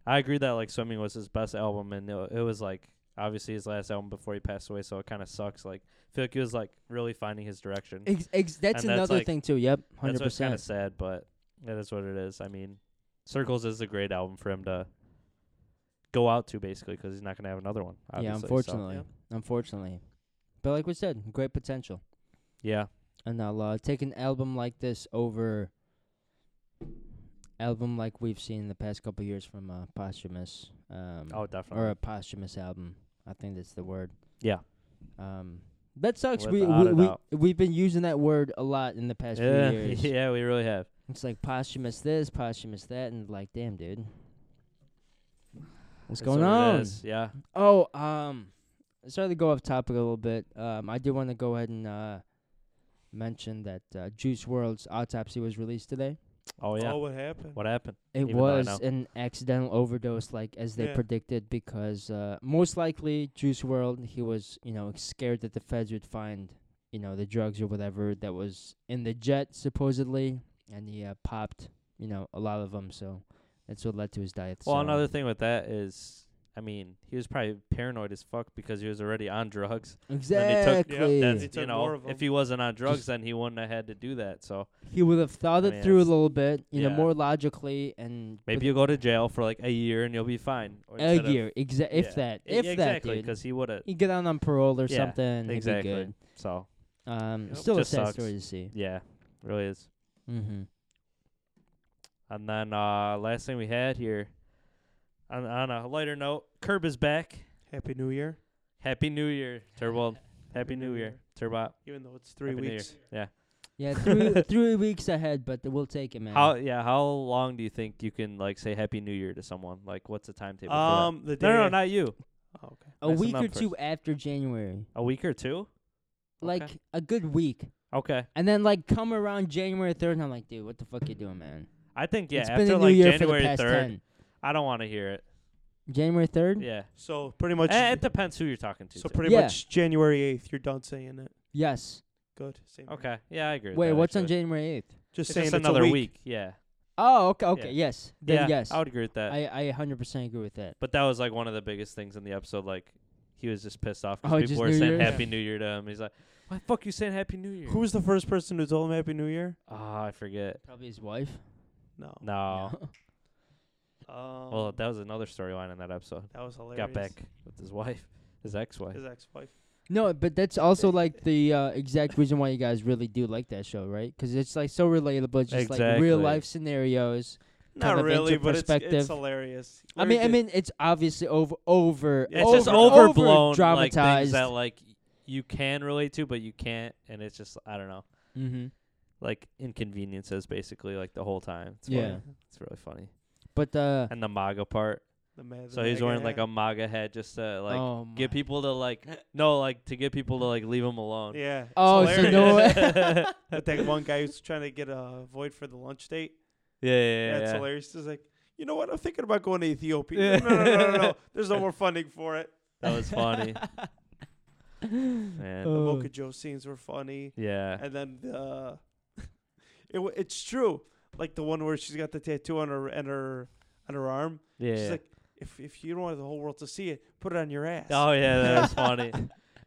I agree that like swimming was his best album, and it, it was like obviously his last album before he passed away. So it kind of sucks. Like I feel like he was like really finding his direction. Ex- ex- that's And that's another like- thing too. Yep, That's hundred what's kind percent. of sad, but it is what it is. I mean, Circles is a great album for him to go out to basically because he's not gonna have another one. Obviously, Yeah, so- unfortunately, unfortunately. But like we said, great potential. yeah. And I'll uh, take an album like this over album like we've seen in the past couple of years from uh, posthumous, um, Oh, definitely. or a posthumous album. I think that's the word. Yeah. Um, that sucks. We, Without we a we doubt. we've been using that word a lot in the past yeah, few years. yeah, we really have. It's like posthumous this, posthumous that, and like, damn, dude, what's It's going what it on? is, Yeah. Oh, um, sorry to go off topic a little bit. Um, I do want to go ahead and uh mention that uh, Juice World's autopsy was released today. Oh yeah. Oh, what happened? What happened? It Even though I was know. an accidental overdose, like as they Yeah. predicted, because uh, most likely Juice World he was, you know, scared that the feds would find, you know, the drugs or whatever that was in the jet supposedly, and he uh, popped, you know, a lot of them. So That's what led to his death. Well, so- another thing with that is, I mean, he was probably paranoid as fuck because he was already on drugs. took- exactly. Yeah, That's you He took more know, of if 'em. he wasn't on drugs, then he wouldn't have had to do that. So he would have thought I it mean, through a it's- little bit, you know, yeah. more logically, and with maybe you go to jail for like a year and you'll be fine. Or a instead of- year, exa- yeah. if E- that, if exactly, that, dude, because he would have. he'd get out on parole or Yeah, something. and he'd exactly. be good. So Um, Yep. still a Just sad sucks. story to see. yeah, really is. Mm-hmm. And then uh last thing we had here, on on a lighter note, Curb is back. Happy New Year. Happy New Year, Turbo. Happy New Year, Turbot. Even though it's three Happy New Year. weeks. Yeah. Yeah, three, three weeks ahead, but we'll take it, man. How yeah? How long do you think you can like say Happy New Year to someone? Like, what's the timetable? for uh, that? Um, the day. no, no, not you. Oh, okay. a mess them week up or first. two after January, A week or two. like a good week, Okay. and then like come around January third, and I'm like, dude, what the fuck you doing, man? I think yeah. it's after been a new like year January for the past third, ten. I don't want to hear it. January third. Yeah. So pretty much. Eh, it depends who you're talking to. so too. pretty Yeah. much January eighth. You're done saying it. Yes. Good. Same. okay. Yeah, I agree. with Wait, that, what's on actually. January eighth? Just It's saying just it's a another week. Yeah. Oh, okay, okay, Yeah. yes. Then yeah. yes, I would agree with that. I I hundred percent agree with that. But that was like one of the biggest things in the episode. Like he was just pissed off Oh, because people just were New saying Year? Happy New Year to him. He's like, "Why the fuck you saying Happy New Year?" Who was the first person who told him Happy New Year? Ah, I forget. Probably his wife. No. No. Um, Well, that was another storyline in that episode. that was hilarious. Got back with his wife, his ex-wife. His ex-wife. no, but that's also like the uh, exact reason why you guys really do like that show, right? Because it's like so relatable, it's just like Exactly. real life scenarios. Not of into really, but it's, perspective. it's hilarious. I mean, I mean, it's obviously over, over, Yeah, it's over, just overblown, like things dramatized. that like y- you can relate to, but you can't, and it's just I don't know, mm-hmm. like inconveniences basically, like the whole time. It's Yeah. funny. it's really funny. But uh, And the MAGA part. The man, So he's wearing like a MAGA hat just to like oh get my- people to like no, like to get people to like leave him alone. Yeah. it's Oh, so no hilarious. way. But that one guy who's trying to get a void for the lunch date. Yeah, yeah, yeah. That's yeah. hilarious. He's like, you know what? I'm thinking about going to Ethiopia. Yeah. No, no, no, no, no, no. There's no more funding for it. That was funny. Man. The Oh. Mocha Joe scenes were funny, Yeah. and then uh, it wa- it's true. Like the one where she's got the tattoo on her and her on her arm. Yeah. She's like, if if you don't want the whole world to see it, put it on your ass. oh yeah, that was funny.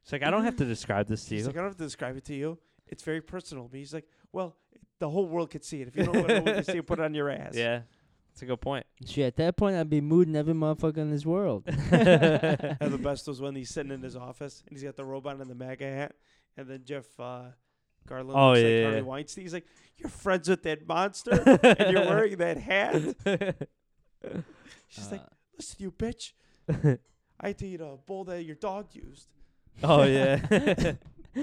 She's like, I don't have to describe this to He's you. like, I don't have to describe it to you. It's very personal. But he's like, well, the whole world could see it. If you don't want the world to see it, put it on your ass. yeah. That's a good point. Shit, at that point, I'd be mooding every motherfucker in this world. And the best was when he's sitting in his office and he's got the robot and the MAGA hat, and then Jeff uh, Garland Oh, looks yeah, like Harvey yeah. Weinstein. He's like, "You're friends with that monster, and you're wearing that hat." She's like, Uh, "Listen, you bitch, I had to eat a bowl that your dog used." oh yeah.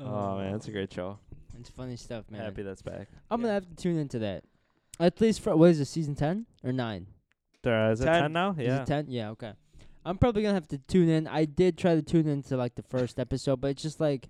oh man, that's a great show. Uh, It's funny stuff, man. Happy that's back. I'm yeah. gonna have to tune into that. At least for what is it, season ten or nine? There, uh, is it Ten. ten, now? Is Yeah. it ten? Yeah, okay. I'm probably gonna have to tune in. I did try to tune into like the first episode, but it's just like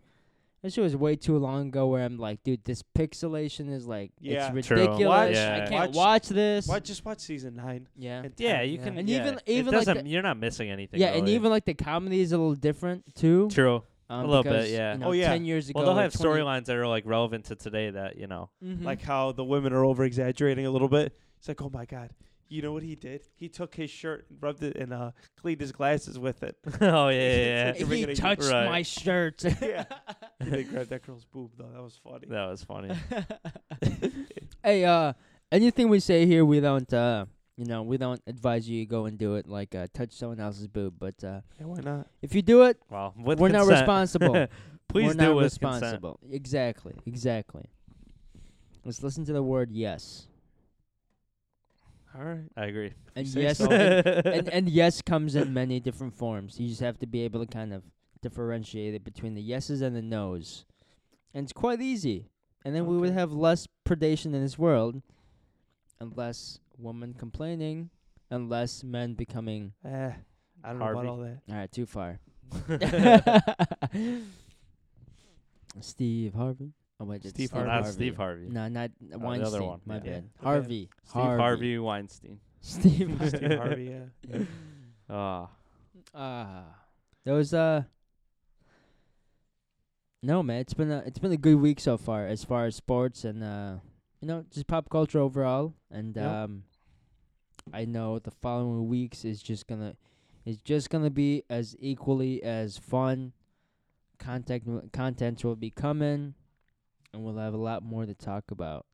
this shit was way too long ago. Where I'm like, dude, this pixelation is like Yeah. it's True. ridiculous. Watch- I Yeah. can't watch, watch- this. Why just watch season nine? Yeah, and Yeah, 10. you can. And yeah. even- it even like doesn't- the- you're not missing anything. yeah, and really. even like the comedy is a little different too. true. Um, little bit, because, yeah. You know, Oh, yeah. Ten years ago, Well, they'll or have 20 storylines that are like relevant to today. That you know. Mhm. like how the women are over exaggerating a little bit. It's like, "Oh my god." You know what he did? He took his shirt and rubbed it and uh, cleaned his glasses with it. oh yeah, yeah, yeah. If- he Right. touched my shirt. yeah. He did grab that girl's boob though. That was funny. that was funny. hey, uh, anything we say here, we don't, uh, you know, we don't advise you to go and do it, like uh, touch someone else's boob. But uh, Yeah, why not? if you do it, Well, with we're not consent. responsible. Please we're do not with responsible. Exactly, exactly. Let's listen to the word yes, All right. consent. I agree. and say yes, so. and, and, and yes comes in many different forms. You just have to be able to kind of differentiate it between the yeses and the nos, and it's quite easy. And then we would Okay. have less predation in this world, and less women complaining, and less men becoming. Eh, I don't know Harvey. about all that. All right, too far. Steve Harvey. Oh wait, it's Steve Steve Harvey. not Steve Harvey. No, not other Weinstein. one, My yeah. Yeah, bad. my bad. Harvey. Steve Harvey, Weinstein. Steve. Steve Harvey, yeah. Ah, Ah, those uh. No man, it's been a it's been a good week so far as far as sports and uh, you know, just pop culture overall. And Yep. um, I know the following weeks is just gonna is just gonna be as equally as fun. Contact content will be coming, and we'll have a lot more to talk about.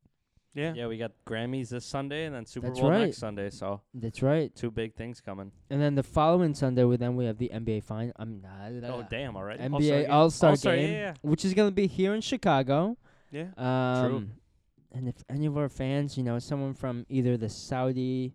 Yeah. Yeah, we got Grammys this Sunday and then Super That's Bowl right. next Sunday. So That's right. two big things coming. And then the following Sunday, we then we have the NBA final. I'm not. uh, oh damn! Already NBA All Star All-Star, game, yeah, yeah. which is gonna be here in Chicago. Yeah. Um, And if any of our fans, you know, someone from either the Saudi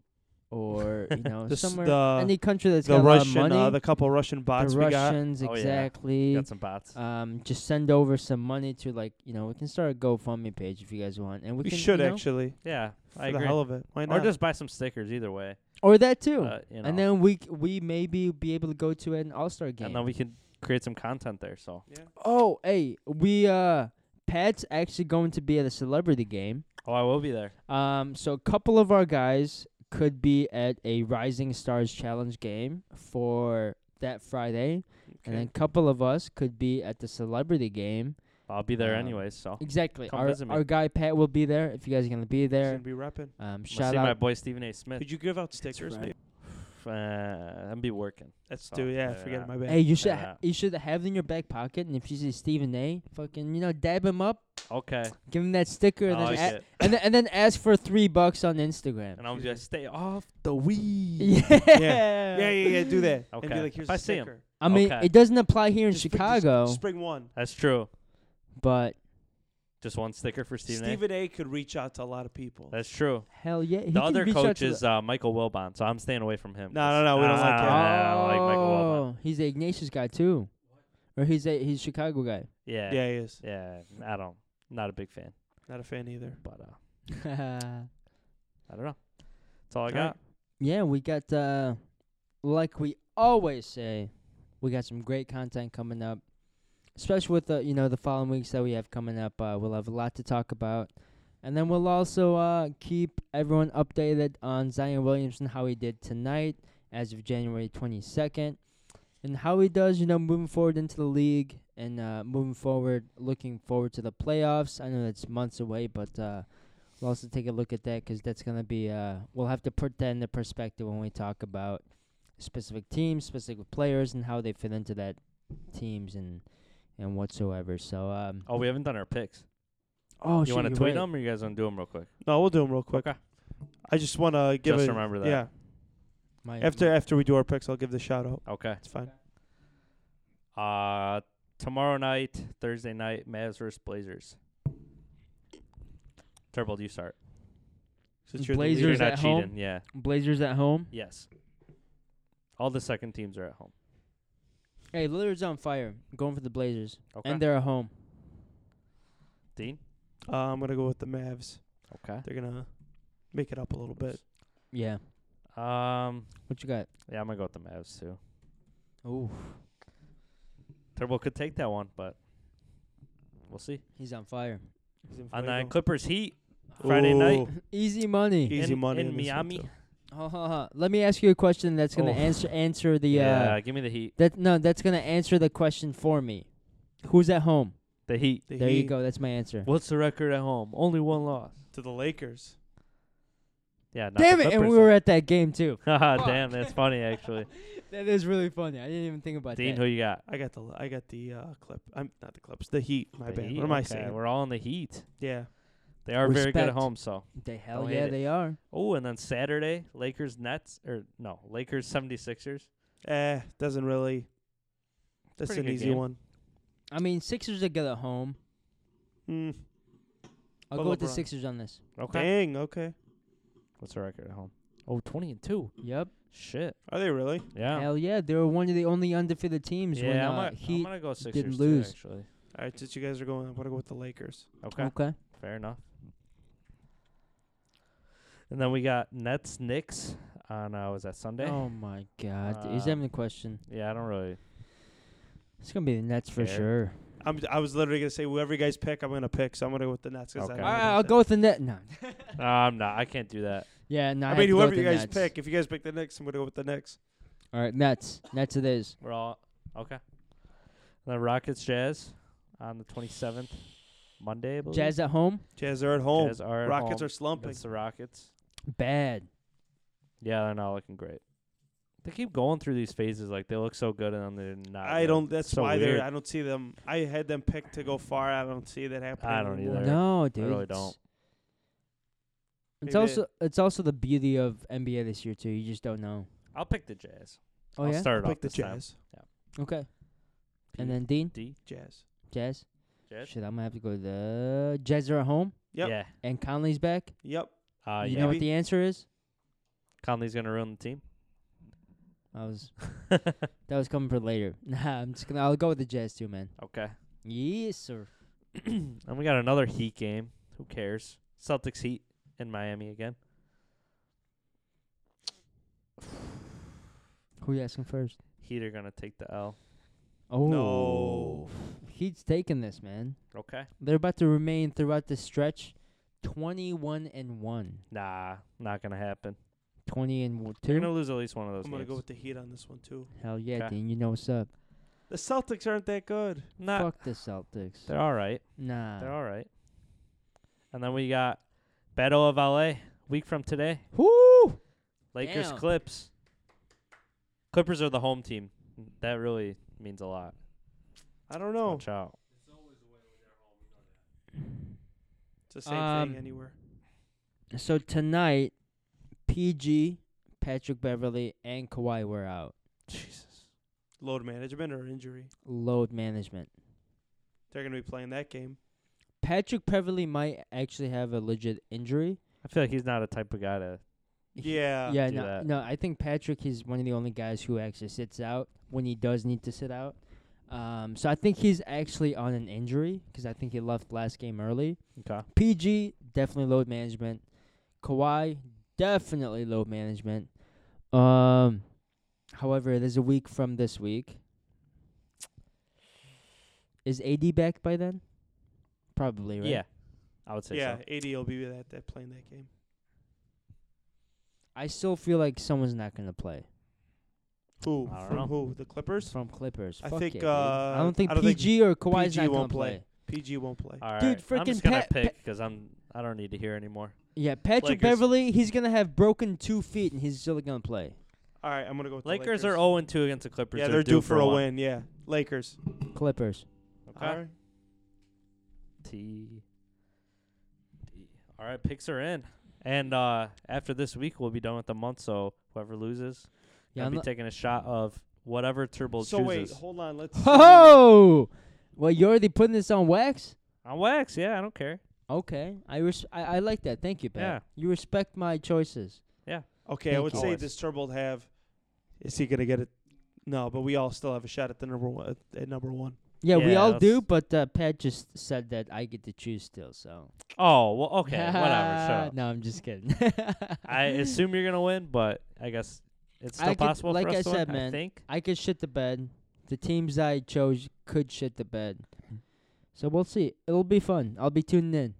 or you know The s- somewhere uh, the- any country that's The got a lot Russian, of money, uh, the couple Russian the bots we got. Russians Oh, yeah. exactly. Got some bots. um, just send over some money to like you know we can start a GoFundMe page if you guys want, and we, We can, should you know- actually. yeah, I for the agree. hell of it. Why Or not? just buy some stickers. Either way, or that too. uh, you know, And then we c- we maybe be able to go to an All Star game. and then we can create some content there. So oh, hey, we uh, Pat's actually going to be at a celebrity game. oh, I will be there. Um, so a couple of our guys could be at a Rising Stars Challenge game for that Friday, and then a couple of us could be at the celebrity game. I'll be there Um, anyways. So Exactly. Come our visit me. our guy Pat will be there. If you guys are gonna be He's gonna there, be repping. um, shout shout see my out. boy Stephen A. Smith. Could you give out stickers? right. maybe? Uh, I'm be working. That's So, do. Yeah, yeah, forget it. yeah. My bad. Hey, you should Shout ha- out. you should have it in your back pocket, and if you see Stephen A, fucking you know dab him up, Okay. give him that sticker, I and then like a- it. and then and then ask for three bucks on Instagram. And I'm just stay off the weed. yeah. yeah, yeah, yeah. Do that. And be Okay. like, here's If I a see 'em. sticker. I mean, Okay. it doesn't apply here in Just bring- just- Chicago, Just bring one. That's true. but Just one sticker for Stephen, Stephen A. could reach out to a lot of people. A. That's true. hell yeah, he the can other reach out coach to the- is uh, Michael Wilbon, so I'm staying away from him. No, no, no, we don't like him. him. uh, I don't like Michael Wilbon. Oh, He's the Ignatius guy too, or he's a he's Chicago guy. Yeah, yeah, yeah, he is. I don't. Not a big fan, Not a fan either. but uh, I don't know. That's all I All got. right. yeah, we got uh, like we always say, we got some great content coming up, especially with the you know the following weeks that we have coming up. Uh, we'll have a lot to talk about, and then we'll also uh keep everyone updated on Zion Williamson how he did tonight as of January twenty second. and how he does, you know, moving forward into the league and uh, moving forward, looking forward to the playoffs. I know that's months away, but uh, we'll also take a look at that because that's going to be, uh, we'll have to put that into perspective when we talk about specific teams, specific players, and how they fit into that teams and and whatsoever. So, um, Oh, we haven't done our picks. oh, you want to tweet them, or you guys want to do them real quick? No, we'll do them real quick. Okay. I just want to give Just a- remember that. Yeah. After after we do our picks, I'll give the shout out. Okay. It's fine. Uh, tomorrow night, Thursday night, Mavs versus Blazers. Turbo, do you start? Since you're the Blazers You're leader. at not cheating. home? Yeah. Blazers at home. Yes. All the second teams are at home. Hey, Lillard's on fire. Going for the Blazers, Okay. and they're at home. Dean. Uh, I'm gonna go with the Mavs. Okay. They're gonna make it up a little bit. Yeah. Um. What you got? Yeah, I'm gonna go with the Mavs too. Oh, Turbo could take that one, but we'll see. he's on fire. And then Clippers Heat Friday night. Easy money. Easy in- money in this one, Miami. too. Hold, hold, hold. Let me ask you a question that's gonna Oh. answer answer the uh give me the Heat. that no that's gonna answer the question for me. Who's at home? The Heat. The there you Heat go. That's my answer. What's the record at home? Only one loss. to the Lakers. Yeah. Not Damn the it! And Clippers, we were at that game too. though. Haha, Fuck. Damn, that's funny actually. That is really funny. I didn't even think about Dean, who that. you got? I got the I got the uh, clip. I'm not the clips. The Heat. My The bad. Heat? What am I Okay, saying? We're all in the Heat. Yeah. They are very good at Respect. home. So. They hell Don't hate yeah it. they are. Oh, and then Saturday, Lakers Nets or no, Lakers 76ers. Eh, doesn't really. That's Pretty an good easy game. one. I mean Sixers are good at home. Mm. I'll But go with the LeBron. Sixers on this. Okay. Dang. Okay. What's the record at home? Oh, 20 and two. Yep. Shit. Are they really? Yeah. Hell yeah. They were one of the only undefeated teams when yeah, I'm, uh, gonna, I'm Heat. gonna go Sixers too, lose. actually. All right. Since you guys are going, I'm gonna go with the Lakers. Okay. Okay. Fair enough. And then we got Nets Knicks on uh, was that Sunday? Oh my God. He's having Um, a question. Yeah, I don't really. It's gonna be the Nets for Fair. sure. I'm. I was literally gonna say whoever you guys pick, I'm gonna pick. So I'm gonna go with the Nets. 'cause I Okay. don't All right, know I'll that. Ah, go with the Nets. No. No, uh, I'm not. I can't do that. Yeah. No. I, have mean, to go whoever with you the guys Nets. pick. If you guys pick the Knicks, I'm gonna go with the Knicks. All right, Nets. Nets it is. We're all okay. And then Rockets Jazz on the 27th, Monday. I believe. Jazz at home, Jazz are at home. Jazz are at Rockets home are slumping. against the Rockets. bad. Yeah, they're not looking great. They keep going through these phases like they look so good and then they're not. I good. don't. That's so why weird. they're. I don't see them. I had them picked to go far. I don't see that happening. I don't anymore. either. No, dude. really it's- don't. It's Maybe- also it's also the beauty of NBA this year too. You just don't know. I'll pick the Jazz. Oh I'll yeah. start off Pick the this time. Jazz. Okay. And then Dean, D. Jazz. Jazz. Jazz. Shit, I'm gonna have to go to the Jazz are at home Yep. Yeah. and Conley's back. Yep. Uh, you yeah. know what Maybe. the answer is? Conley's gonna ruin the team. I was that was coming for later. Nah, I'm just gonna I'll go with the Jazz too, man. Okay. Yes, sir. And we got another Heat game. Who cares? Celtics Heat in Miami again. Who you asking first? Heat are gonna take the L. Oh No. Heat's taking this, man. Okay. They're about to remain throughout the stretch, twenty-one and one. Nah, not gonna happen. Twenty and w- You're two. gonna lose at least one of those I'm gonna games. go with the Heat on this one too. Hell yeah, Okay. Dean. You know what's up. The Celtics aren't that good. Nah, Fuck the Celtics. Ah. they're all right. Nah. They're all right. And then we got Battle of LA week from today. Woo! Lakers Damn. Clips. Clippers are the home team. That really means a lot. I don't know. Watch out. It's the same Um, thing anywhere. So tonight, PG, Patrick Beverly, and Kawhi were out. Jesus. Load management or injury. Load management. They're gonna be playing that game. Patrick Beverly might actually have a legit injury. I feel like he's not a type of guy to. He- Yeah. yeah, do no, that. no. I think Patrick is one of the only guys who actually sits out when he does need to sit out. Um, so I think he's actually on an injury because I think he left last game early. Okay. PG definitely load management. Kawhi definitely load management. Um, however, there's a week from this week. Is AD back by then? Probably right. Yeah. I would say Yeah. so. AD will be that that playing that game. I still feel like someone's not gonna play Who I don't from know. who? The Clippers. from Clippers. I Fuck think, yeah, dude. uh, I don't think I don't think PG or Kawhi's PG not gonna won't play. play. PG won't play. All right. Dude, I'm freaking just gonna Pat- pick because I'm. I don't need to hear anymore. Yeah, Patrick Lakers. Beverly. He's gonna have broken two feet and he's still gonna play. All right. I'm gonna go. With Lakers, the are 0 and 2 against the Clippers. Yeah, they're due for a one. win. Yeah, Lakers. Clippers. Okay. All right. T. D. All right, picks are in, and uh, after this week we'll be done with the month. So whoever loses, Yeah. yeah, I'm be not- taking a shot of whatever Turbo so wait, chooses. hold on. Let's. see. Ho! Well, you already putting this on wax. on wax, yeah, I don't care. Okay, I res- I, I like that. Thank you, Pat. Yeah. You respect my choices. Okay, I Thank would you. say Always. this Turbo would have. Is he gonna get it? No, but we all still have a shot at the number one. At number one. Yeah, we Yeah, all do, let's- but uh, Pat just said that I get to choose still. So Oh well, okay, whatever. Shut up. no, I'm just kidding. I assume you're gonna win, but I guess it's I still could- possible. like for us I to win, said, man, I think I could shit the bed. The teams I chose could shit the bed. So we'll see. It'll be fun. I'll be tuning in.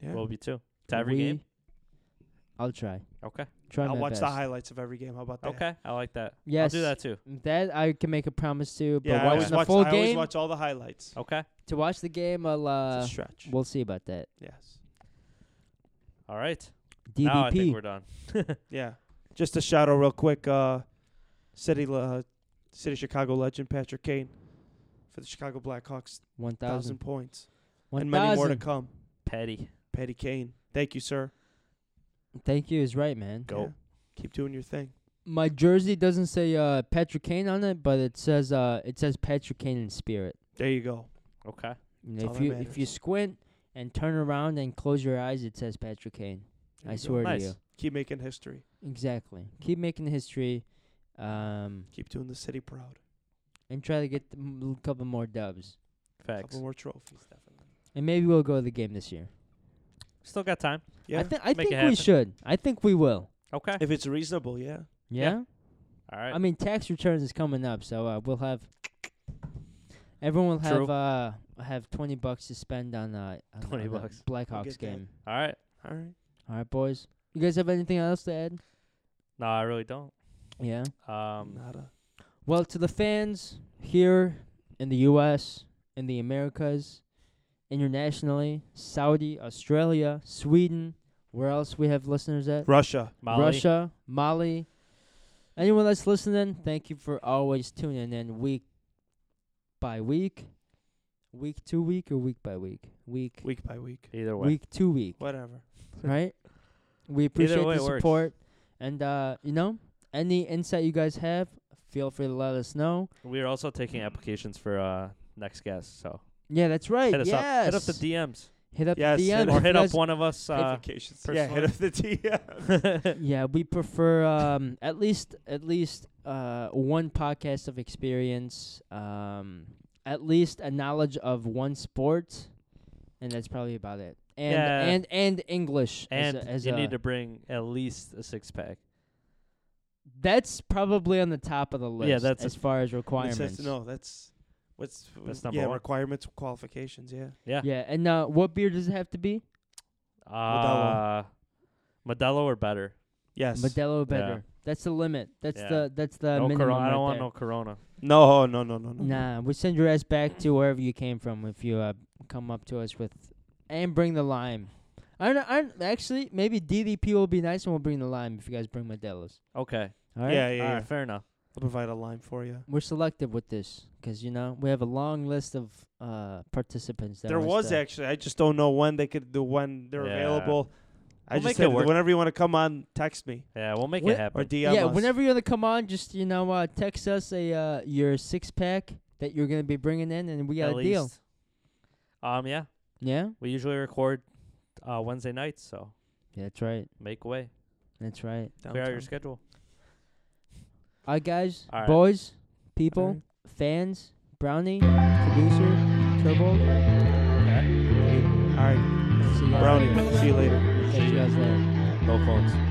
Yeah. we'll be two to every We- game. I'll try. Okay, Try I'll my watch best. the highlights of every game. How about that? okay, I like that. Yes, I'll do that too. That I can make a promise to. But Yeah, I watching always the watch. full I always game watch all the highlights. Okay, to watch the game, I'll uh, it's a stretch. we'll see about that. yes. all right. DVP. Now I think we're done. Yeah. Just a shout out real quick. Uh, City, uh, City Chicago legend Patrick Kane for the Chicago Blackhawks, One thousand. thousand points, One and many more to thousand. come. Petty, Patty Kane, thank you, sir. Thank you is right, man. Go. Yeah. Keep doing your thing. My jersey doesn't say uh, Patrick Kane on it, but it says uh, it says Patrick Kane in spirit. There you go. okay. You know, That's all if that you if you matters. squint and turn around and close your eyes, it says Patrick Kane. There I you go. swear Nice. to you. Keep making history. Exactly. Keep making history, um, Keep doing the city proud. and try to get a couple more dubs, A Facts. couple more trophies, definitely. and maybe we'll go to the game this year. Still got time. Yeah. I, thi- I make it think we happen. should. I think we will. Okay. if it's reasonable, yeah. Yeah. Yeah. All right. I mean, tax returns is coming up, so uh, we'll have everyone will have True. uh have twenty bucks to spend on uh on, 20 on the bucks. Blackhawks get that. game. All right. All right. All right, boys. You guys have anything else to add? No, I really don't. Yeah. Um, Not a Well, to the fans here in the U.S., in the Americas, internationally, Saudi, Australia, Sweden, Where else we have listeners at? Russia. Molly. Russia, Mali. Anyone that's listening, thank you for always tuning in week by week, week to week, or week by week, week Week by week. Either way. week to week, Whatever. right? We appreciate way, the it works. support, and uh, you know, any insight you guys have, feel free to let us know. We are also taking applications for uh next guest, so Yeah, that's right. hit us yes. up. Hit up the DMs. Hit up Yes, the hit DM. up- Or if hit you up guys- one of us uh Applications. Yeah, hit up the DM. Yeah, we prefer um, at least at least uh, one podcast of experience, um, at least a knowledge of one sport, and that's probably about it. And Yeah. and and English and as a, as you a- need to bring at least a six pack. that's probably on the top of the list. that's a- as far as It says- requirements. no, that's what's That's yeah number one. requirements qualifications. Yeah, Yeah. Yeah, and uh, what beer does it have to be? Uh, Modelo or better. yes. Modelo better. That's the limit. That's Yeah. the that's the no minimum. corona. I right don't want there. no corona. no, oh, no, no, no, no. Nah, we send your ass back to wherever you came from if you uh, come up to us with, and bring the lime. I don't know. I don't, actually maybe DDP will be nice and we'll bring the lime if you guys bring Modelo's. Okay. All right. Yeah, yeah, All yeah. right, fair enough. I'll provide a line for you. We're selective with this because you know we have a long list of uh participants. That there wants was to- actually. I just don't know when they could do when they're Yeah. available. I We'll make just it said work. whenever you want to come on, text me Yeah, we'll make Wh- it happen. or DM Yeah, us. whenever you're gonna come on, just you know, uh, text us a uh, your six pack that you're gonna be bringing in, and we got at a deal. least. Um, yeah, Yeah, we usually record uh, Wednesday nights, so yeah, that's right. make way, That's right. clear out your Downtown. schedule. All right, guys, All right. boys, people, All right. fans, Brownie, producer, Turbo. Okay. All right, See you guys Brownie. later. See you later. Catch you guys later. Go Colts.